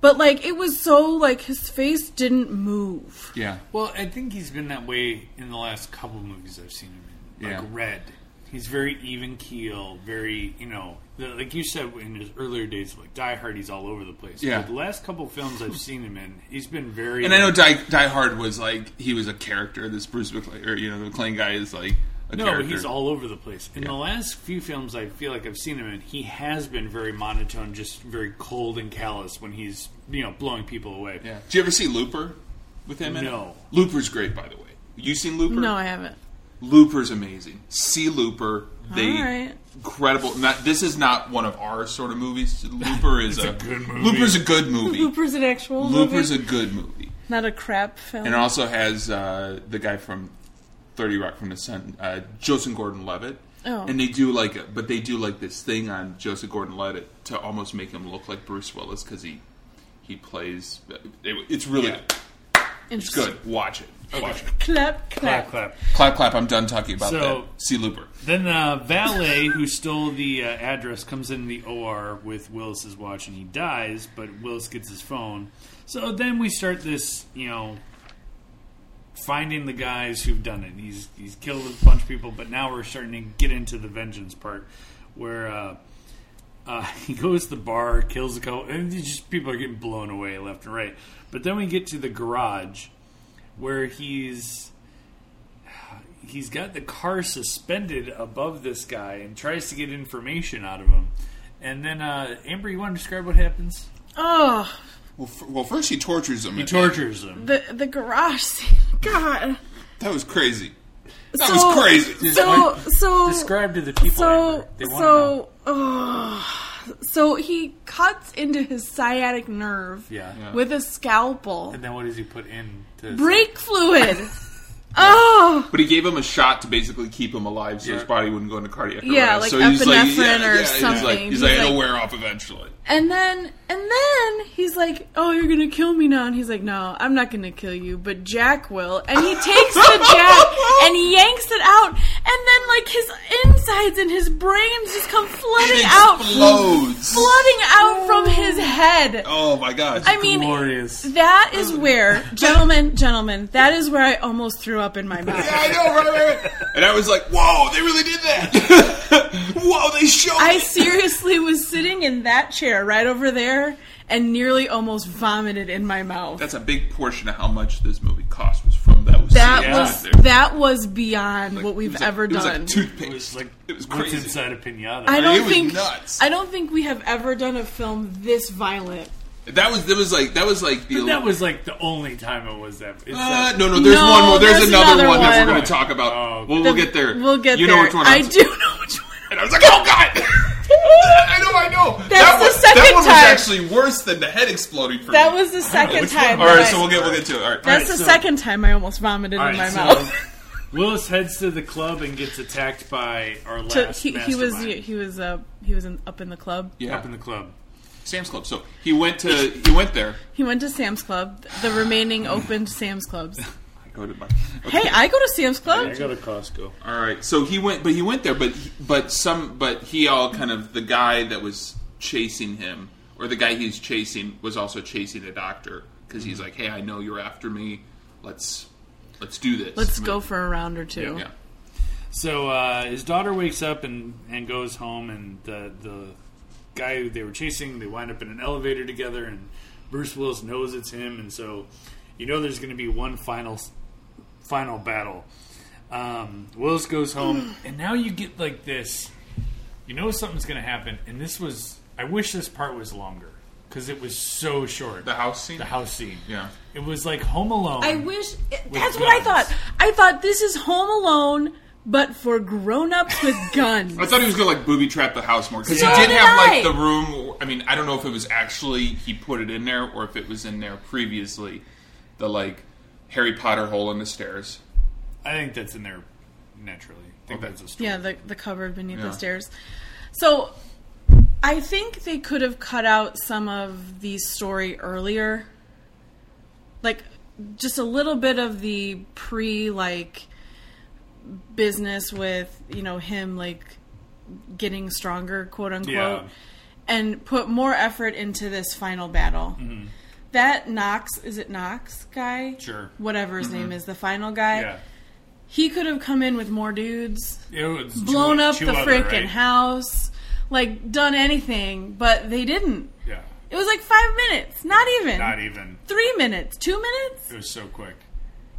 Speaker 2: But like it was so like his face didn't move.
Speaker 3: yeah.
Speaker 1: Well, I think he's been that way in the last couple movies I've seen him in. Like
Speaker 3: Yeah.
Speaker 1: Red. He's very even keel, very, you know, the, like you said in his earlier days, like Die Hard, he's all over the place.
Speaker 3: Yeah.
Speaker 1: But the last couple films I've seen him in, he's been very.
Speaker 3: And I know Die, Die Hard was like he was a character. This Bruce McClane, or you know, the McClane guy is like a
Speaker 1: No,
Speaker 3: character.
Speaker 1: he's all over the place. In the last few films I feel like I've seen him in, he has been very monotone, just very cold and callous when he's, you know, blowing people away.
Speaker 3: yeah. Did you ever see Looper with him? in it?
Speaker 1: No.
Speaker 3: Looper's great, by the way. You seen Looper?
Speaker 2: No, I haven't.
Speaker 3: Looper's amazing. See Looper. They
Speaker 2: All right.
Speaker 3: incredible. Not, this is not one of our sort of movies. Looper is a,
Speaker 1: good movie.
Speaker 3: Looper's a good movie.
Speaker 2: Looper's an actual
Speaker 3: Looper's
Speaker 2: movie,
Speaker 3: a good movie,
Speaker 2: not a crap film.
Speaker 3: and it also has uh, the guy from Thirty Rock from the Sun, uh, Joseph Gordon-Levitt.
Speaker 2: Oh.
Speaker 3: And they do like, a, but they do like this thing on Joseph Gordon-Levitt to almost make him look like Bruce Willis because he he plays. It, it's really
Speaker 1: Yeah.
Speaker 3: it's
Speaker 2: Interesting.
Speaker 3: good. Watch it. Watch it.
Speaker 1: Clap,
Speaker 2: Clap, clap.
Speaker 1: clap.
Speaker 3: clap, clap. I'm done talking about
Speaker 1: So-
Speaker 3: that. See Looper.
Speaker 1: Then the valet who stole the uh, address comes in the OR with Willis's watch and he dies, but Willis gets his phone. So then we start this, you know, finding the guys who've done it. He's he's killed a bunch of people, but now we're starting to get into the vengeance part where uh, uh, he goes to the bar, kills a couple, and it's just people are getting blown away left and right. But then we get to the garage where he's he's got the car suspended above this guy and tries to get information out of him. And then uh, Amber, you want to describe what happens?
Speaker 2: Oh,
Speaker 3: Well, f- well, first he tortures him.
Speaker 1: He tortures him.
Speaker 2: the the garage scene. God,
Speaker 3: That was crazy. That was crazy.
Speaker 2: So, so
Speaker 4: Describe to the people.
Speaker 2: so
Speaker 4: Amber. They want to know.
Speaker 2: so ugh. so he cuts into his sciatic nerve
Speaker 4: Yeah.
Speaker 3: Yeah.
Speaker 2: with a scalpel.
Speaker 4: And then what does he put in? To
Speaker 2: Brake fluid. oh,
Speaker 3: But he gave him a shot to basically keep him alive, so his
Speaker 4: Yeah.
Speaker 3: body wouldn't go into cardiac arrest.
Speaker 2: Yeah, like
Speaker 3: so he's like,
Speaker 2: epinephrine
Speaker 3: yeah,
Speaker 2: or
Speaker 3: yeah, He's like,
Speaker 2: something.
Speaker 3: he's
Speaker 2: He's
Speaker 3: like, it'll
Speaker 2: like-
Speaker 3: wear off eventually.
Speaker 2: and then and then he's like, "Oh, you're gonna kill me now," and he's like, "No, I'm not gonna kill you, but Jack will." And he takes the jack and yanks it out, and then like his insides and his brains just come flooding
Speaker 3: It
Speaker 2: out,
Speaker 3: explodes.
Speaker 2: flooding out from his head.
Speaker 3: Oh my god!
Speaker 2: I mean,
Speaker 4: Glorious.
Speaker 2: that is where, gentlemen, gentlemen, that is where I almost threw up in my mouth.
Speaker 3: yeah, I know, right, right, right. And I was like, whoa, they really did that. whoa, they showed.
Speaker 2: I
Speaker 3: it.
Speaker 2: seriously was sitting in that chair right over there and nearly almost vomited in my mouth.
Speaker 3: That's a big portion of how much this movie cost was from that was
Speaker 2: that
Speaker 3: CGI
Speaker 2: was
Speaker 3: there.
Speaker 2: that was beyond
Speaker 3: Like,
Speaker 2: what we've
Speaker 3: it was like-
Speaker 2: ever
Speaker 3: it was
Speaker 2: done.
Speaker 3: Like
Speaker 4: It
Speaker 3: toothpaste.
Speaker 4: was like
Speaker 3: It was
Speaker 4: what's
Speaker 3: crazy.
Speaker 4: inside a pinata.
Speaker 2: I
Speaker 3: it
Speaker 2: don't
Speaker 3: was
Speaker 2: think
Speaker 3: nuts.
Speaker 2: I don't think we have ever done a film this violent.
Speaker 3: That was that was like that was like the.
Speaker 4: that was like the only time it was that. It's
Speaker 3: Uh,
Speaker 4: that-
Speaker 3: no, no. There's
Speaker 2: No,
Speaker 3: one more. There's,
Speaker 2: there's
Speaker 3: another,
Speaker 2: another
Speaker 3: one, that we're
Speaker 2: one.
Speaker 3: going to talk about.
Speaker 4: Oh, okay.
Speaker 3: well, we'll get there.
Speaker 2: We'll get
Speaker 3: you
Speaker 2: there.
Speaker 3: know which one
Speaker 2: I
Speaker 3: I'm-
Speaker 2: do know which one.
Speaker 3: And I was like, oh god. I know, I know. That's that
Speaker 2: the
Speaker 3: one, that
Speaker 2: second
Speaker 3: one was
Speaker 2: time.
Speaker 3: actually worse than the head exploding for
Speaker 2: That
Speaker 3: me.
Speaker 2: was the second
Speaker 4: which one?
Speaker 2: time.
Speaker 3: All right,
Speaker 2: that
Speaker 3: so
Speaker 2: I-
Speaker 3: we'll get we'll get to it. All right.
Speaker 2: that's
Speaker 4: Alright,
Speaker 2: the
Speaker 4: so-
Speaker 2: second time I almost vomited in
Speaker 4: All
Speaker 2: my
Speaker 4: right, so
Speaker 2: mouth.
Speaker 4: Willis heads to the club and gets attacked by our last.
Speaker 2: So he, he was
Speaker 4: mastermind
Speaker 2: he was uh, he was in, up in the club.
Speaker 3: yeah.
Speaker 4: up in the club.
Speaker 3: Sam's Club. So he went to he went there.
Speaker 2: He went to Sam's Club. The remaining opened Sam's Clubs.
Speaker 3: I go to my.
Speaker 2: Hey, I go to Sam's Club.
Speaker 4: go to Costco.
Speaker 3: All right. So he went, but he went there, but but some, but he all kind of the guy that was chasing him, or the guy he's chasing, was also chasing the doctor because he's like, hey, I know you're after me. Let's let's do this.
Speaker 2: Let's go for a round or two.
Speaker 3: Yeah.
Speaker 1: So uh, his daughter wakes up and, and goes home, and the the guy who they were chasing, they wind up in an elevator together, and Bruce Willis knows it's him, and so you know there's going to be one final final battle. Um, Willis goes home, and now you get like this. You know something's going to happen, and this was. I wish this part was longer because it was so short.
Speaker 3: The house scene.
Speaker 1: The house scene.
Speaker 3: Yeah.
Speaker 1: It was like Home Alone.
Speaker 2: I wish that's
Speaker 1: guns.
Speaker 2: what I thought. I thought this is Home Alone, but for grown-ups with guns.
Speaker 3: I thought he was gonna like booby trap the house more because
Speaker 2: So
Speaker 3: he did,
Speaker 2: did
Speaker 3: have
Speaker 2: I.
Speaker 3: like the room. I mean, I don't know if it was actually he put it in there or if it was in there previously. The like Harry Potter hole in the stairs.
Speaker 1: I think that's in there naturally. I think
Speaker 3: Okay.
Speaker 1: that's a story.
Speaker 2: yeah, the the cupboard beneath
Speaker 3: Yeah.
Speaker 2: the stairs. So I think they could have cut out some of the story earlier. Like just a little bit of the pre like business with, you know, him like getting stronger, quote unquote.
Speaker 1: Yeah.
Speaker 2: And put more effort into this final battle.
Speaker 1: Mm-hmm.
Speaker 2: That Knox, is it Knox guy?
Speaker 1: Sure. Mm-hmm.
Speaker 2: Whatever his name is, the final guy.
Speaker 1: Yeah.
Speaker 2: He could have come in with more dudes
Speaker 1: It was
Speaker 2: blown
Speaker 1: two-
Speaker 2: up
Speaker 1: two
Speaker 2: the
Speaker 1: other,
Speaker 2: freaking
Speaker 1: right?
Speaker 2: house, like done anything, but they didn't.
Speaker 1: Yeah,
Speaker 2: It was like five minutes, not even.
Speaker 1: not e-, even.
Speaker 2: Three minutes, two minutes?
Speaker 1: It was so quick.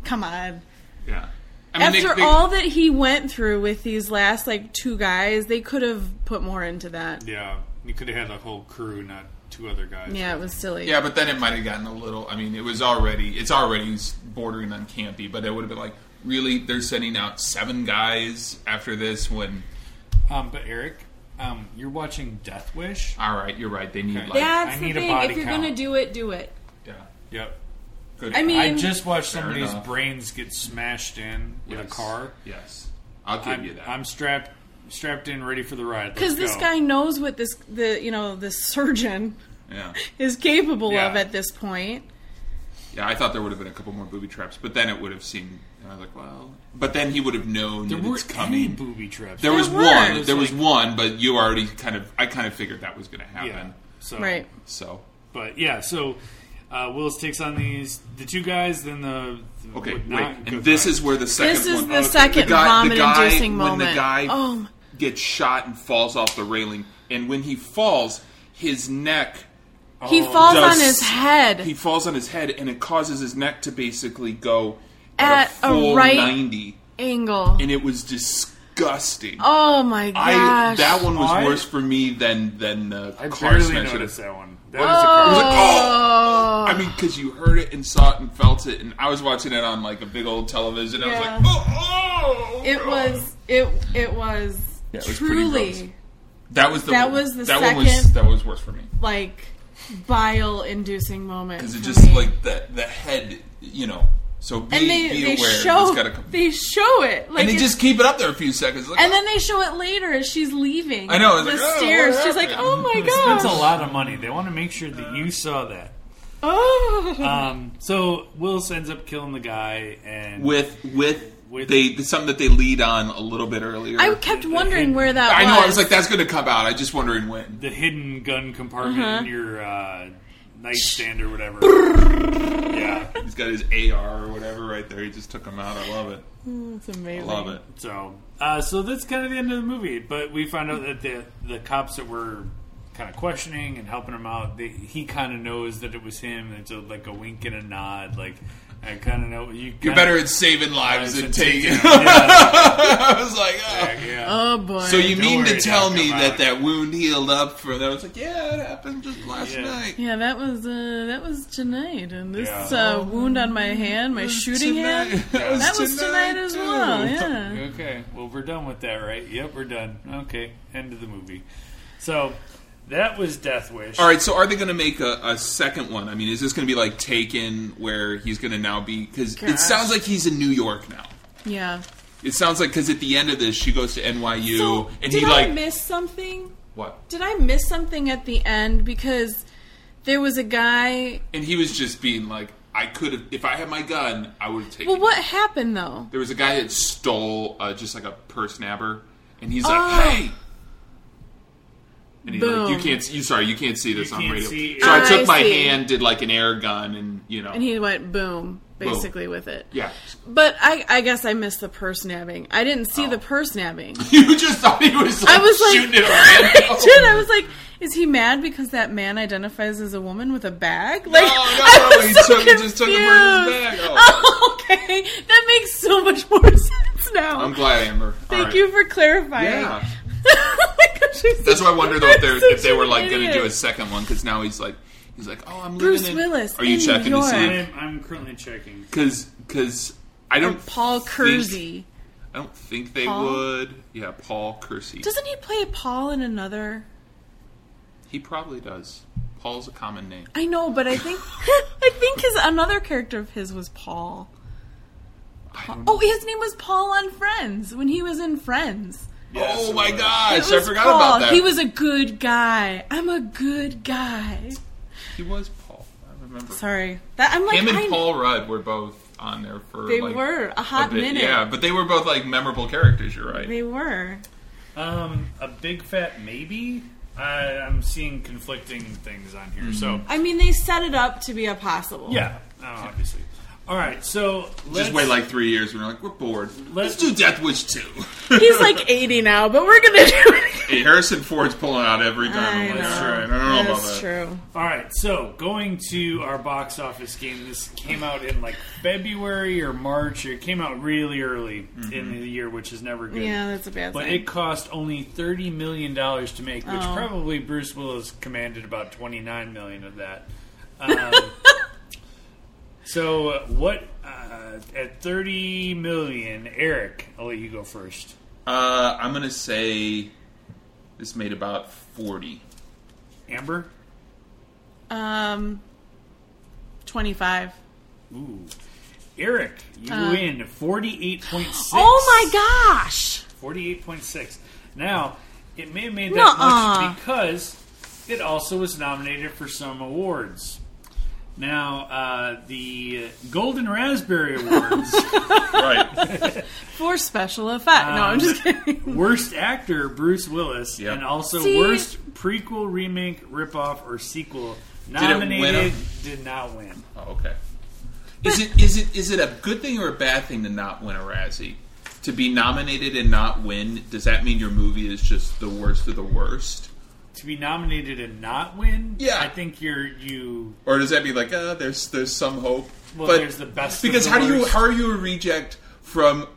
Speaker 2: Come on.
Speaker 3: Yeah. I mean, they-
Speaker 2: After
Speaker 3: they-
Speaker 2: all that he went through with these last like two guys, they could have put more into that.
Speaker 1: Yeah, you could have had a whole crew, not two other guys.
Speaker 2: Yeah, it was silly.
Speaker 3: Yeah, but then it might have gotten a little. I mean, it was already. It's already bordering on campy, but it would have been like, really, they're sending out seven guys after this. When
Speaker 1: Um, but Eric, um, you're watching Death Wish.
Speaker 3: all right, you're right. They need
Speaker 1: Okay.
Speaker 3: like
Speaker 2: That's
Speaker 1: I
Speaker 2: the
Speaker 1: need a
Speaker 2: thing.
Speaker 1: body
Speaker 2: If you're
Speaker 1: count.
Speaker 2: gonna do it, do it.
Speaker 3: yeah.
Speaker 1: Yep.
Speaker 3: Good.
Speaker 2: I mean-
Speaker 1: I just watched somebody's
Speaker 3: enough.
Speaker 1: brains get smashed in with
Speaker 3: Yes.
Speaker 1: a car.
Speaker 3: Yes, I'll give you
Speaker 1: I'm,
Speaker 3: that.
Speaker 1: I'm strapped, strapped in, ready for the ride. Let's
Speaker 2: Because this
Speaker 1: go.
Speaker 2: guy knows what this the you know, this surgeon
Speaker 3: yeah,
Speaker 2: is capable of
Speaker 1: Yeah.
Speaker 2: at this point.
Speaker 3: yeah. I thought there would have been a couple more booby traps, but then it would have seemed. And I was like, well, but then he would have known
Speaker 1: there
Speaker 3: that
Speaker 1: were
Speaker 3: it's coming.
Speaker 1: booby traps.
Speaker 3: there was
Speaker 2: were.
Speaker 3: one.
Speaker 1: It's
Speaker 3: There was
Speaker 1: like-
Speaker 3: one, but you already kind of. I kind of figured that was going to happen.
Speaker 1: yeah. So
Speaker 2: Right.
Speaker 3: So
Speaker 1: But yeah, so uh, Willis takes on these the two guys, then the
Speaker 3: okay,
Speaker 1: would
Speaker 3: wait.
Speaker 1: not go
Speaker 3: And this
Speaker 1: back.
Speaker 3: is where the second
Speaker 2: this is
Speaker 3: one.
Speaker 2: the second
Speaker 3: The guy- the
Speaker 2: vomit
Speaker 3: guy-
Speaker 2: inducing moment.
Speaker 3: When the guy
Speaker 2: oh my-
Speaker 3: gets shot and falls off the railing, and when he falls, his neck
Speaker 2: He falls
Speaker 3: does-
Speaker 2: on his head
Speaker 3: He falls on his head, and it causes his neck to basically go
Speaker 2: At a
Speaker 3: full
Speaker 2: right-
Speaker 3: ninety,
Speaker 2: angle.
Speaker 3: and it was disgusting.
Speaker 2: Oh my
Speaker 3: I
Speaker 2: gosh!
Speaker 3: that one was
Speaker 1: I-
Speaker 3: worse for me than than the
Speaker 1: I
Speaker 3: car
Speaker 1: barely
Speaker 3: smash.
Speaker 1: noticed that one. That
Speaker 3: I
Speaker 1: was
Speaker 3: was
Speaker 1: a
Speaker 3: like,
Speaker 1: car.
Speaker 3: oh! I mean, because you heard it and saw it and felt it, and I was watching it on like a big old television. I was
Speaker 2: Yeah.
Speaker 3: like, oh, oh!
Speaker 2: It was it it was
Speaker 3: Yeah, it was pretty gross.
Speaker 2: truly
Speaker 3: That was the
Speaker 2: That was the
Speaker 3: that one was
Speaker 2: second-
Speaker 3: that was worse for me
Speaker 2: like bile inducing moment
Speaker 3: because it
Speaker 2: for
Speaker 3: just
Speaker 2: me.
Speaker 3: like the the head, you know. So be,
Speaker 2: and they
Speaker 3: be
Speaker 2: they
Speaker 3: aware.
Speaker 2: show
Speaker 3: it's gotta come.
Speaker 2: they show it like
Speaker 3: and they
Speaker 2: it's-
Speaker 3: just keep it up there a few seconds. Look,
Speaker 2: and then they show it later as she's leaving
Speaker 3: I know, it's
Speaker 2: the
Speaker 3: like, oh, what
Speaker 2: stairs she's like
Speaker 3: happened?
Speaker 2: oh my
Speaker 1: That's a
Speaker 2: gosh
Speaker 1: lot of money. They want to make sure that you saw that.
Speaker 2: oh
Speaker 1: Um, so Willis ends up killing the guy, and
Speaker 3: with with,
Speaker 1: With-
Speaker 3: they something that they lead on a little bit earlier.
Speaker 2: I kept wondering where that
Speaker 3: I
Speaker 2: was
Speaker 3: know. I was like, that's going to come out. I just wondering when.
Speaker 1: the hidden gun compartment
Speaker 2: Uh-huh.
Speaker 1: in your uh, nightstand or whatever. yeah.
Speaker 3: He's got his AR or whatever right there. He just took him out. I love it.
Speaker 2: that's amazing
Speaker 3: I love it.
Speaker 1: So, uh, so that's kind of the end of the movie. But we find out that the the cops that were kind of questioning and helping him out, they, he kind of knows that it was him. It's a, like a wink and a nod. Like I kind of know you.
Speaker 3: You're
Speaker 1: kinda-
Speaker 3: better at saving lives
Speaker 1: it's a
Speaker 3: than taking.
Speaker 1: takedown.
Speaker 3: I was like, oh.
Speaker 1: Yeah, yeah.
Speaker 2: oh boy
Speaker 3: so you
Speaker 1: Don't
Speaker 3: mean to
Speaker 1: worry,
Speaker 3: tell
Speaker 1: Doc,
Speaker 3: me
Speaker 1: I'm
Speaker 3: that
Speaker 1: out.
Speaker 3: that wound healed up for that? I was like, yeah, it happened just last
Speaker 1: Yeah.
Speaker 3: night.
Speaker 2: yeah that was uh, that was tonight and this
Speaker 1: Yeah.
Speaker 2: uh, wound on my hand my shooting
Speaker 3: Tonight-
Speaker 2: hand that was tonight as
Speaker 3: too.
Speaker 2: well yeah
Speaker 1: Okay. Well, we're done with that, right? Yep, we're done. Okay. End of the movie. So that was Death Wish.
Speaker 3: All right, so are they going to make a, a second one? I mean, is this going to be like Taken, where he's going to now be? Because it
Speaker 2: Gosh.
Speaker 3: sounds like he's in New York now.
Speaker 2: yeah
Speaker 3: It sounds like because at the end of this, she goes to NYU,
Speaker 2: so
Speaker 3: and
Speaker 2: did
Speaker 3: he
Speaker 2: I
Speaker 3: like
Speaker 2: miss something
Speaker 3: what?
Speaker 2: did I miss something at the end because there was a guy
Speaker 3: And he was just being like, I could have, if I had my gun, I would have taken.
Speaker 2: well
Speaker 3: it.
Speaker 2: what happened though
Speaker 3: There was a guy that stole uh, just like a purse nabber, and he's like,
Speaker 2: Oh.
Speaker 3: "Hey." And he's like,
Speaker 2: Boom. Ah,
Speaker 3: you can't. You sorry, you can't see this on
Speaker 1: can't
Speaker 3: radio.
Speaker 1: see-
Speaker 3: so I took
Speaker 2: I
Speaker 3: my
Speaker 2: see.
Speaker 3: hand, did like an air gun, and you know,
Speaker 2: and he went boom basically with it
Speaker 3: yeah.
Speaker 2: but I, I guess I missed the purse nabbing I didn't see
Speaker 3: Oh.
Speaker 2: the purse nabbing
Speaker 3: You just thought he was. Like,
Speaker 2: I was like
Speaker 3: shooting it
Speaker 2: I
Speaker 3: around.
Speaker 2: did I was like is he mad because that man identifies as a woman with a bag like
Speaker 3: Oh
Speaker 2: I
Speaker 3: no!
Speaker 2: was
Speaker 3: He
Speaker 2: so
Speaker 3: took he
Speaker 2: confused.
Speaker 3: just took him out of his bag. Oh.
Speaker 2: oh, okay that makes so much more sense now
Speaker 3: I'm glad, Amber. All
Speaker 2: thank
Speaker 3: right.
Speaker 2: you for clarifying
Speaker 3: Yeah.
Speaker 2: Oh my gosh, I'm
Speaker 3: That's
Speaker 2: such-
Speaker 3: why I wonder though if, they're,
Speaker 2: I'm
Speaker 3: if they
Speaker 2: such
Speaker 3: were
Speaker 2: an
Speaker 3: like going to do a
Speaker 2: idiot.
Speaker 3: second one because now he's like he's like oh I'm
Speaker 2: Bruce
Speaker 3: living in-
Speaker 2: Willis
Speaker 3: Are you
Speaker 2: in
Speaker 3: checking to see
Speaker 2: York.
Speaker 3: if
Speaker 1: I'm, I'm currently checking.
Speaker 3: because because I don't
Speaker 2: Paul
Speaker 3: think-
Speaker 2: Kersey.
Speaker 3: I don't think they
Speaker 2: Paul?
Speaker 3: would. Yeah, Paul Kersey.
Speaker 2: Doesn't he play Paul in another?
Speaker 3: he probably does. Paul's a common name.
Speaker 2: I know, but I think I think his another character of his was Paul.
Speaker 3: I don't
Speaker 2: Oh, his name was Paul on Friends when he was in Friends.
Speaker 1: Yes,
Speaker 3: oh
Speaker 1: it
Speaker 3: my
Speaker 1: was.
Speaker 2: It
Speaker 3: gosh! I
Speaker 2: was
Speaker 3: forgot
Speaker 2: Paul.
Speaker 3: about that.
Speaker 2: He was a good guy. I'm a good guy.
Speaker 3: he was Paul. I remember.
Speaker 2: Sorry, that I'm like
Speaker 3: Him and
Speaker 2: I-
Speaker 3: Paul Rudd were both on there for
Speaker 2: They
Speaker 3: like,
Speaker 2: were a
Speaker 3: a
Speaker 2: hot
Speaker 3: bit.
Speaker 2: minute.
Speaker 3: Yeah, but they were both like memorable characters. You're right.
Speaker 2: They were.
Speaker 1: Um, a big fat maybe. I, I'm seeing conflicting things on here. So
Speaker 3: Mm-hmm.
Speaker 2: I mean, they set it up to be a possible.
Speaker 1: yeah, uh, obviously. All right. So let's
Speaker 3: Just wait like three years. and We're like we're bored. Let's
Speaker 1: Let's-
Speaker 3: do Death Wish two.
Speaker 2: He's like 80 now, but we're gonna do it.
Speaker 3: Hey, Harrison Ford's pulling out every time.
Speaker 2: I
Speaker 3: I'm like,
Speaker 2: know.
Speaker 3: "Sure, I don't know about
Speaker 2: That's
Speaker 3: that.
Speaker 2: true.
Speaker 1: All right, so going to our box office game. This came out in like February or March. Or it came out really early
Speaker 3: Mm-hmm.
Speaker 1: in the year, which is never good.
Speaker 2: Yeah, that's a bad
Speaker 1: But
Speaker 2: thing.
Speaker 1: it cost only thirty million dollars to make, which
Speaker 2: Oh.
Speaker 1: probably Bruce Willis commanded about twenty nine million of that. Um, so uh, what? Uh, at thirty million, Eric, I'll let you go first.
Speaker 3: Uh, I'm gonna say this made about forty.
Speaker 1: Amber,
Speaker 2: Um, 25.
Speaker 1: ooh, Eric, you win forty eight point six.
Speaker 2: Uh. Oh my gosh!
Speaker 1: Forty-eight point six. Now, it may have made that
Speaker 2: Nuh-uh.
Speaker 1: much because it also was nominated for some awards. Now, uh, the Golden Raspberry Awards,
Speaker 3: Right.
Speaker 2: For special effect. no, I'm
Speaker 1: Um,
Speaker 2: just kidding.
Speaker 1: worst actor Bruce Willis,
Speaker 3: Yep.
Speaker 1: and also
Speaker 2: See?
Speaker 1: worst prequel, remake, ripoff, or sequel.
Speaker 3: it win
Speaker 1: Nominated
Speaker 3: a-
Speaker 1: did not win.
Speaker 3: oh, okay. Is it is it is it a good thing or a bad thing to not win a Razzie? To be nominated and not win, does that mean your movie is just the worst of the worst?
Speaker 1: To be nominated and not win,
Speaker 3: Yeah.
Speaker 1: I think you're you.
Speaker 3: Or does that be like, uh, there's there's some hope?
Speaker 1: Well, there's the best of
Speaker 3: Because
Speaker 1: the
Speaker 3: how do you
Speaker 1: worst.
Speaker 3: how are you a reject from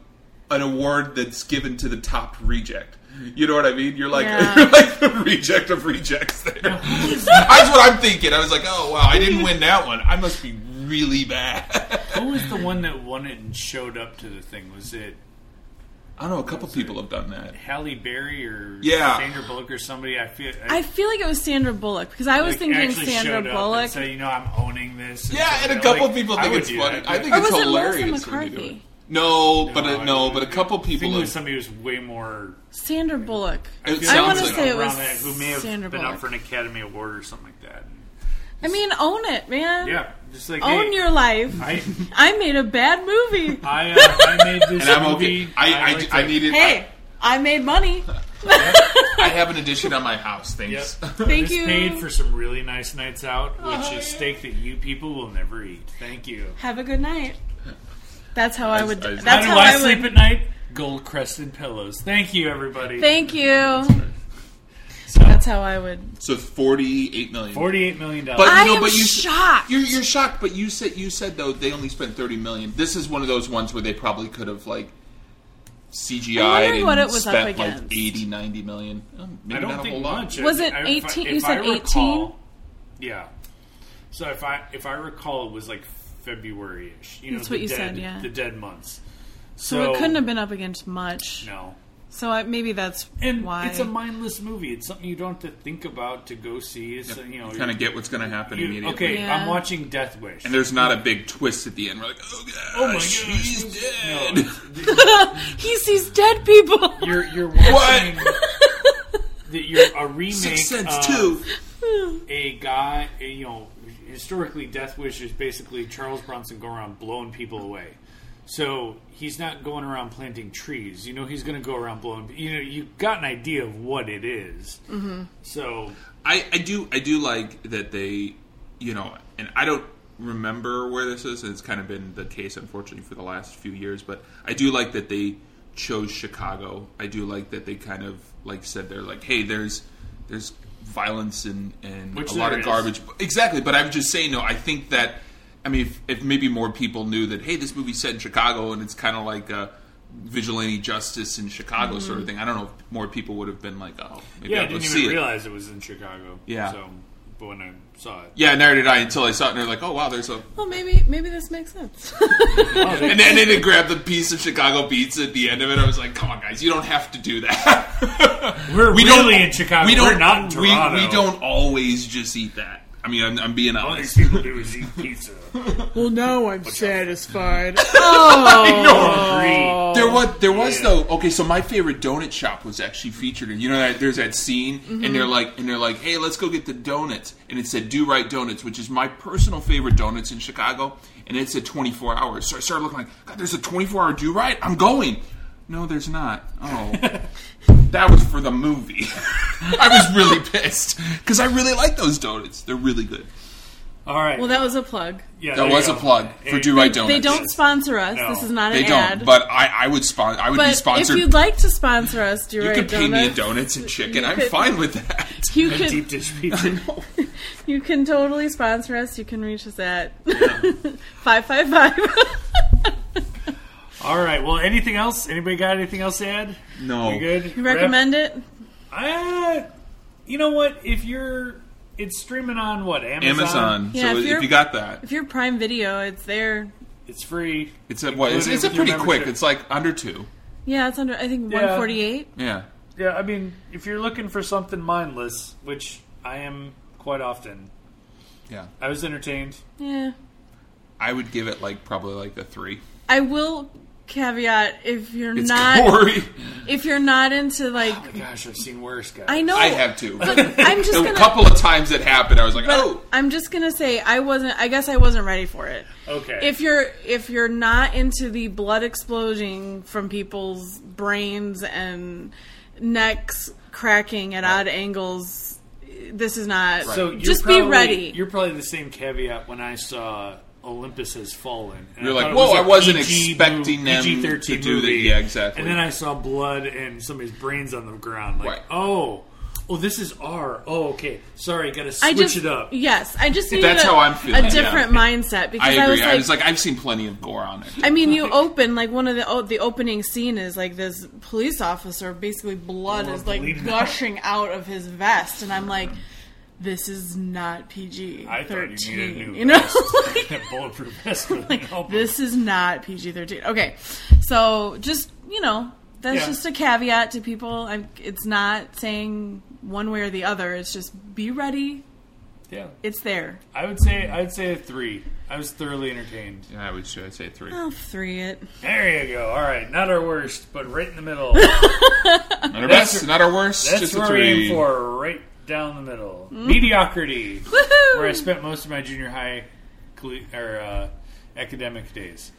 Speaker 3: an award that's given to the top reject? You know what I mean? You're like
Speaker 2: Yeah.
Speaker 3: you're like the reject of rejects. There, that's what I'm thinking. I was like, oh wow, I didn't win that one. I must be really bad.
Speaker 1: Who was the one that won it and showed up to the thing? Was it
Speaker 3: I know a couple people have done that.
Speaker 1: Halle Berry or
Speaker 3: Yeah.
Speaker 1: Sandra Bullock or somebody. I feel
Speaker 2: I feel like it was Sandra Bullock because I was
Speaker 1: like,
Speaker 2: thinking
Speaker 1: actually
Speaker 2: Sandra
Speaker 1: showed up
Speaker 2: Bullock.
Speaker 1: And said, you know, I'm owning this.
Speaker 3: Yeah,
Speaker 1: so,
Speaker 3: and a couple
Speaker 1: like,
Speaker 3: of people
Speaker 1: I
Speaker 3: think
Speaker 1: would
Speaker 3: it's
Speaker 1: do
Speaker 3: funny.
Speaker 1: that.
Speaker 3: I think
Speaker 2: Or
Speaker 3: it's
Speaker 2: was it Melissa
Speaker 3: hilarious when you do it.
Speaker 2: McCarthy?
Speaker 3: No, but
Speaker 1: I
Speaker 3: a, no,
Speaker 1: would
Speaker 3: but a
Speaker 1: do
Speaker 3: couple
Speaker 1: that. I think
Speaker 3: people.
Speaker 1: it was
Speaker 3: Have,
Speaker 1: somebody who's way more.
Speaker 2: Sandra Bullock.
Speaker 3: it
Speaker 1: I
Speaker 2: I want
Speaker 3: sounds
Speaker 2: to
Speaker 3: like
Speaker 2: say it was
Speaker 1: around that, who may have
Speaker 2: Sandra
Speaker 1: been
Speaker 2: Bullock.
Speaker 1: up for an Academy Award or something like that.
Speaker 2: I mean, own it, man.
Speaker 1: Yeah, just like
Speaker 2: Own
Speaker 1: hey,
Speaker 2: your life. I,
Speaker 1: I,
Speaker 2: made a bad movie.
Speaker 1: I, uh, I made this
Speaker 3: and I'm
Speaker 1: movie.
Speaker 3: okay. I I,
Speaker 1: like
Speaker 3: I,
Speaker 1: to-
Speaker 3: needed.
Speaker 2: hey, I made money.
Speaker 3: I, I have an addition on my house.
Speaker 1: Yep.
Speaker 3: Thanks.
Speaker 2: Thank
Speaker 1: This
Speaker 2: you.
Speaker 1: paid for some really nice nights out, which
Speaker 3: yeah.
Speaker 1: is steak that you people will never eat. Thank you.
Speaker 2: Have a good night. That's how I, would.
Speaker 3: I- I-
Speaker 2: that's
Speaker 1: how do
Speaker 2: how
Speaker 1: I,
Speaker 2: I
Speaker 1: sleep
Speaker 2: would.
Speaker 1: at night? Gold crested pillows. Thank you, everybody.
Speaker 2: Thank you.
Speaker 1: So,
Speaker 2: That's how I would.
Speaker 3: so forty-eight million.
Speaker 1: Forty-eight million
Speaker 3: But
Speaker 1: dollars.
Speaker 2: I
Speaker 3: you know,
Speaker 2: am
Speaker 3: but you,
Speaker 2: shocked.
Speaker 3: You're, you're shocked, but you said you said though they only spent thirty million. This is one of those ones where they probably could have like
Speaker 2: I'm
Speaker 3: CGI'd
Speaker 2: wondering
Speaker 3: and
Speaker 2: what it was up
Speaker 3: spent like
Speaker 2: against.
Speaker 3: 80, 90 million. Um, Maybe
Speaker 1: I
Speaker 3: not
Speaker 1: don't
Speaker 3: a whole
Speaker 1: think
Speaker 3: lot.
Speaker 1: much.
Speaker 2: Was
Speaker 1: I-
Speaker 2: it
Speaker 1: I- if I-
Speaker 2: 18?
Speaker 1: if
Speaker 2: You said
Speaker 1: I recall-
Speaker 2: 18?
Speaker 1: Yeah. So if I if I recall, it was like February-ish. You know,
Speaker 2: That's
Speaker 1: the
Speaker 2: what you
Speaker 1: dead,
Speaker 2: said, yeah.
Speaker 1: the dead months.
Speaker 2: So,
Speaker 1: So,
Speaker 2: it couldn't have been up against much.
Speaker 1: No.
Speaker 2: So I, maybe that's
Speaker 1: And
Speaker 2: why.
Speaker 1: it's a mindless movie. It's something you don't have to think about to go see. It's uh, you know,
Speaker 3: Kind of get what's going to happen
Speaker 1: you-
Speaker 3: immediately.
Speaker 1: okay.
Speaker 2: Yeah.
Speaker 1: I'm watching Death Wish.
Speaker 3: And there's not a big twist at the end. We're like, oh, gosh,
Speaker 1: oh my gosh,
Speaker 3: she's
Speaker 1: who's-
Speaker 3: dead.
Speaker 1: No,
Speaker 2: he sees dead people.
Speaker 1: You're you're watching that you're a remake
Speaker 3: Sixth Sense
Speaker 1: of
Speaker 3: too.
Speaker 1: a guy. a- You know, historically, Death Wish is basically Charles Bronson going around blowing people away. So he's not going around planting trees. You know, he's going to go around blowing. You know, you got an idea of what it Mm-hmm. So
Speaker 3: I, I do I do like that they you know and I don't remember where this is and it's kind of been the case unfortunately for the last few years but I do like that they chose Chicago I do like that they kind of like said they're like hey there's there's violence and and
Speaker 1: Which
Speaker 3: a lot
Speaker 1: there
Speaker 3: of
Speaker 1: is.
Speaker 3: garbage exactly but I'm just saying no I think that I mean if, if maybe more people knew that hey this movie's set in Chicago and it's kind of like a vigilante justice in Chicago sort of thing I don't know if more people would have been like oh
Speaker 1: Mm-hmm.
Speaker 3: maybe
Speaker 1: yeah, I
Speaker 3: I'll go
Speaker 1: didn't
Speaker 3: see
Speaker 1: even
Speaker 3: it.
Speaker 1: realize it. was in Chicago.
Speaker 3: Yeah.
Speaker 1: So, but when I saw it,
Speaker 3: Yeah, neither did I until I saw it and they're like, oh wow, there's a.
Speaker 2: well, maybe maybe this makes sense.
Speaker 3: And then, and then they grabbed the piece of Chicago pizza at the end of it. I was like, come on, guys, you don't have to do that.
Speaker 1: we're
Speaker 3: we
Speaker 1: really
Speaker 3: don't,
Speaker 1: in Chicago.
Speaker 3: We don't,
Speaker 1: are not in
Speaker 3: we-
Speaker 1: Toronto.
Speaker 3: We, don't always just eat that. I mean, I'm, I'm being
Speaker 1: All these
Speaker 3: honest.
Speaker 1: people do is eat pizza.
Speaker 2: well, now I'm satisfied. oh,
Speaker 1: Great.
Speaker 3: There was, there was though. Okay, so my favorite donut shop was actually featured in. You know, that, there's that scene,
Speaker 2: Mm-hmm.
Speaker 3: and they're like, and they're like, hey, let's go get the donuts, and it said Do Right Donuts, which is my personal favorite donuts in Chicago, and it said 24 hours. So I started looking like, God, there's a 24 hour Do Right. I'm going. No, there's not. Oh, that was for the movie. I was really pissed because I really like those donuts. They're really good.
Speaker 1: All right.
Speaker 2: well, that was a plug.
Speaker 1: yeah,
Speaker 3: That
Speaker 1: there
Speaker 3: was
Speaker 1: you
Speaker 3: a
Speaker 1: go.
Speaker 3: plug for
Speaker 1: Hey,
Speaker 3: Do Right Donuts.
Speaker 2: They don't sponsor us.
Speaker 1: No.
Speaker 2: This is not an
Speaker 3: They
Speaker 2: ad.
Speaker 3: don't. But I, I would sponsor. I would be
Speaker 2: But if
Speaker 3: sponsored.
Speaker 2: you'd like to sponsor us, do
Speaker 3: You
Speaker 2: right
Speaker 3: could pay me in
Speaker 2: donuts,
Speaker 3: donuts and chicken. I'm
Speaker 2: could-
Speaker 3: fine with that.
Speaker 2: You
Speaker 1: and
Speaker 2: can
Speaker 1: deep dish pizza.
Speaker 2: you can totally sponsor us. You can reach us at five five five.
Speaker 1: All right. Well, anything else? Anybody got anything else to add?
Speaker 3: No.
Speaker 1: We good?
Speaker 2: You recommend it?
Speaker 1: Uh, you know what? If you're, it's streaming on what Amazon.
Speaker 3: Amazon.
Speaker 2: Yeah,
Speaker 3: so
Speaker 2: if
Speaker 3: if,
Speaker 2: you're-
Speaker 3: you got that,
Speaker 2: If you're Prime Video, it's there.
Speaker 1: It's free.
Speaker 3: it's a, what? It's, it's a
Speaker 1: Included with
Speaker 3: pretty
Speaker 1: your
Speaker 3: quick.
Speaker 1: membership.
Speaker 3: It's like under two.
Speaker 2: Yeah, it's under I think
Speaker 1: Yeah.
Speaker 2: one forty eight.
Speaker 3: Yeah.
Speaker 1: Yeah, I mean, if you're looking for something mindless, which I am quite often,
Speaker 3: Yeah.
Speaker 1: I was entertained.
Speaker 2: Yeah.
Speaker 3: I would give it like probably like a three.
Speaker 2: I will caveat if you're
Speaker 3: It's
Speaker 2: not
Speaker 3: gory.
Speaker 2: if you're not into like
Speaker 1: Gosh, I've seen worse, guys.
Speaker 2: I know
Speaker 3: I have two.
Speaker 2: but I'm just
Speaker 3: a
Speaker 2: gonna
Speaker 3: couple of times it happened. I was like,
Speaker 2: but
Speaker 3: oh.
Speaker 2: I'm just gonna say I wasn't I guess I wasn't ready for it.
Speaker 1: okay.
Speaker 2: If you're if you're not into the blood exploding from people's brains and necks cracking at odd angles, this is not
Speaker 1: so you're
Speaker 2: just be
Speaker 1: probably-
Speaker 2: ready.
Speaker 1: You're probably the same caveat when I saw Olympus Has Fallen. and
Speaker 3: You're
Speaker 1: I
Speaker 3: like,
Speaker 1: thought it
Speaker 3: "Whoa,
Speaker 1: was a
Speaker 3: I wasn't
Speaker 1: PG
Speaker 3: expecting
Speaker 1: movie,
Speaker 3: them
Speaker 1: PG-13
Speaker 3: to do that."
Speaker 1: movie.
Speaker 3: Yeah, exactly.
Speaker 1: And then I saw blood and somebody's brains on the ground. Like,
Speaker 3: Right.
Speaker 1: oh, oh, this is R. Oh, okay. Sorry, got to switch
Speaker 2: I just,
Speaker 1: it up.
Speaker 2: Yes, I just needed
Speaker 3: That's
Speaker 2: a,
Speaker 3: how I'm feeling,
Speaker 2: a
Speaker 3: yeah.
Speaker 2: different mindset because
Speaker 3: I
Speaker 2: I,
Speaker 3: agree.
Speaker 2: was like, I,
Speaker 3: I've seen plenty of gore on it.
Speaker 2: mean, you open like one of the oh, the opening scene is like this police officer basically blood
Speaker 1: Oh,
Speaker 2: is like
Speaker 1: bleeding.
Speaker 2: gushing out of his vest, and I'm like, this is not PG
Speaker 1: I thought you needed a
Speaker 2: thirteen,
Speaker 1: new
Speaker 2: you know.
Speaker 1: vest. That bulletproof vest with an elbow.
Speaker 2: This is not PG 13. Okay. So just, you know, That's
Speaker 1: Yeah.
Speaker 2: just a caveat to people. I'm, it's not saying one way or the other. It's just be ready.
Speaker 1: Yeah,
Speaker 2: It's there.
Speaker 1: I would say I'd say a three. I was thoroughly entertained.
Speaker 3: Yeah, I would say- I'd say three.
Speaker 2: I'll three it.
Speaker 1: There you go. All right, not our worst, but right in the middle.
Speaker 3: Not our best, not our worst.
Speaker 1: That's
Speaker 3: just
Speaker 1: what
Speaker 3: a
Speaker 1: we're
Speaker 3: three.
Speaker 1: aiming for, right down the middle. Mediocrity,
Speaker 2: Woohoo!
Speaker 1: where I spent most of my junior high cle- or uh, academic days.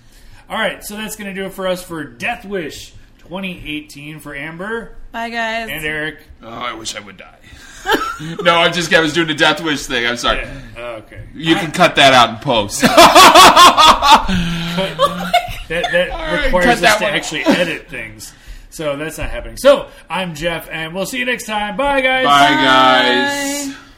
Speaker 1: All right, so that's going to do it for us for Death Wish 2018 for Amber
Speaker 2: Bye, guys.
Speaker 1: and Eric.
Speaker 3: Oh, I wish I would die. no, I'm just. I was doing the death wish thing. I'm sorry.
Speaker 1: Yeah, Oh, okay,
Speaker 3: You can cut that out in post.
Speaker 1: that that
Speaker 3: right,
Speaker 1: requires
Speaker 3: cut
Speaker 1: us
Speaker 3: that
Speaker 1: to
Speaker 3: one.
Speaker 1: actually edit things, so that's not happening. So I'm Jeff, and we'll see you next time. Bye, guys.
Speaker 3: Bye, guys.
Speaker 2: Bye.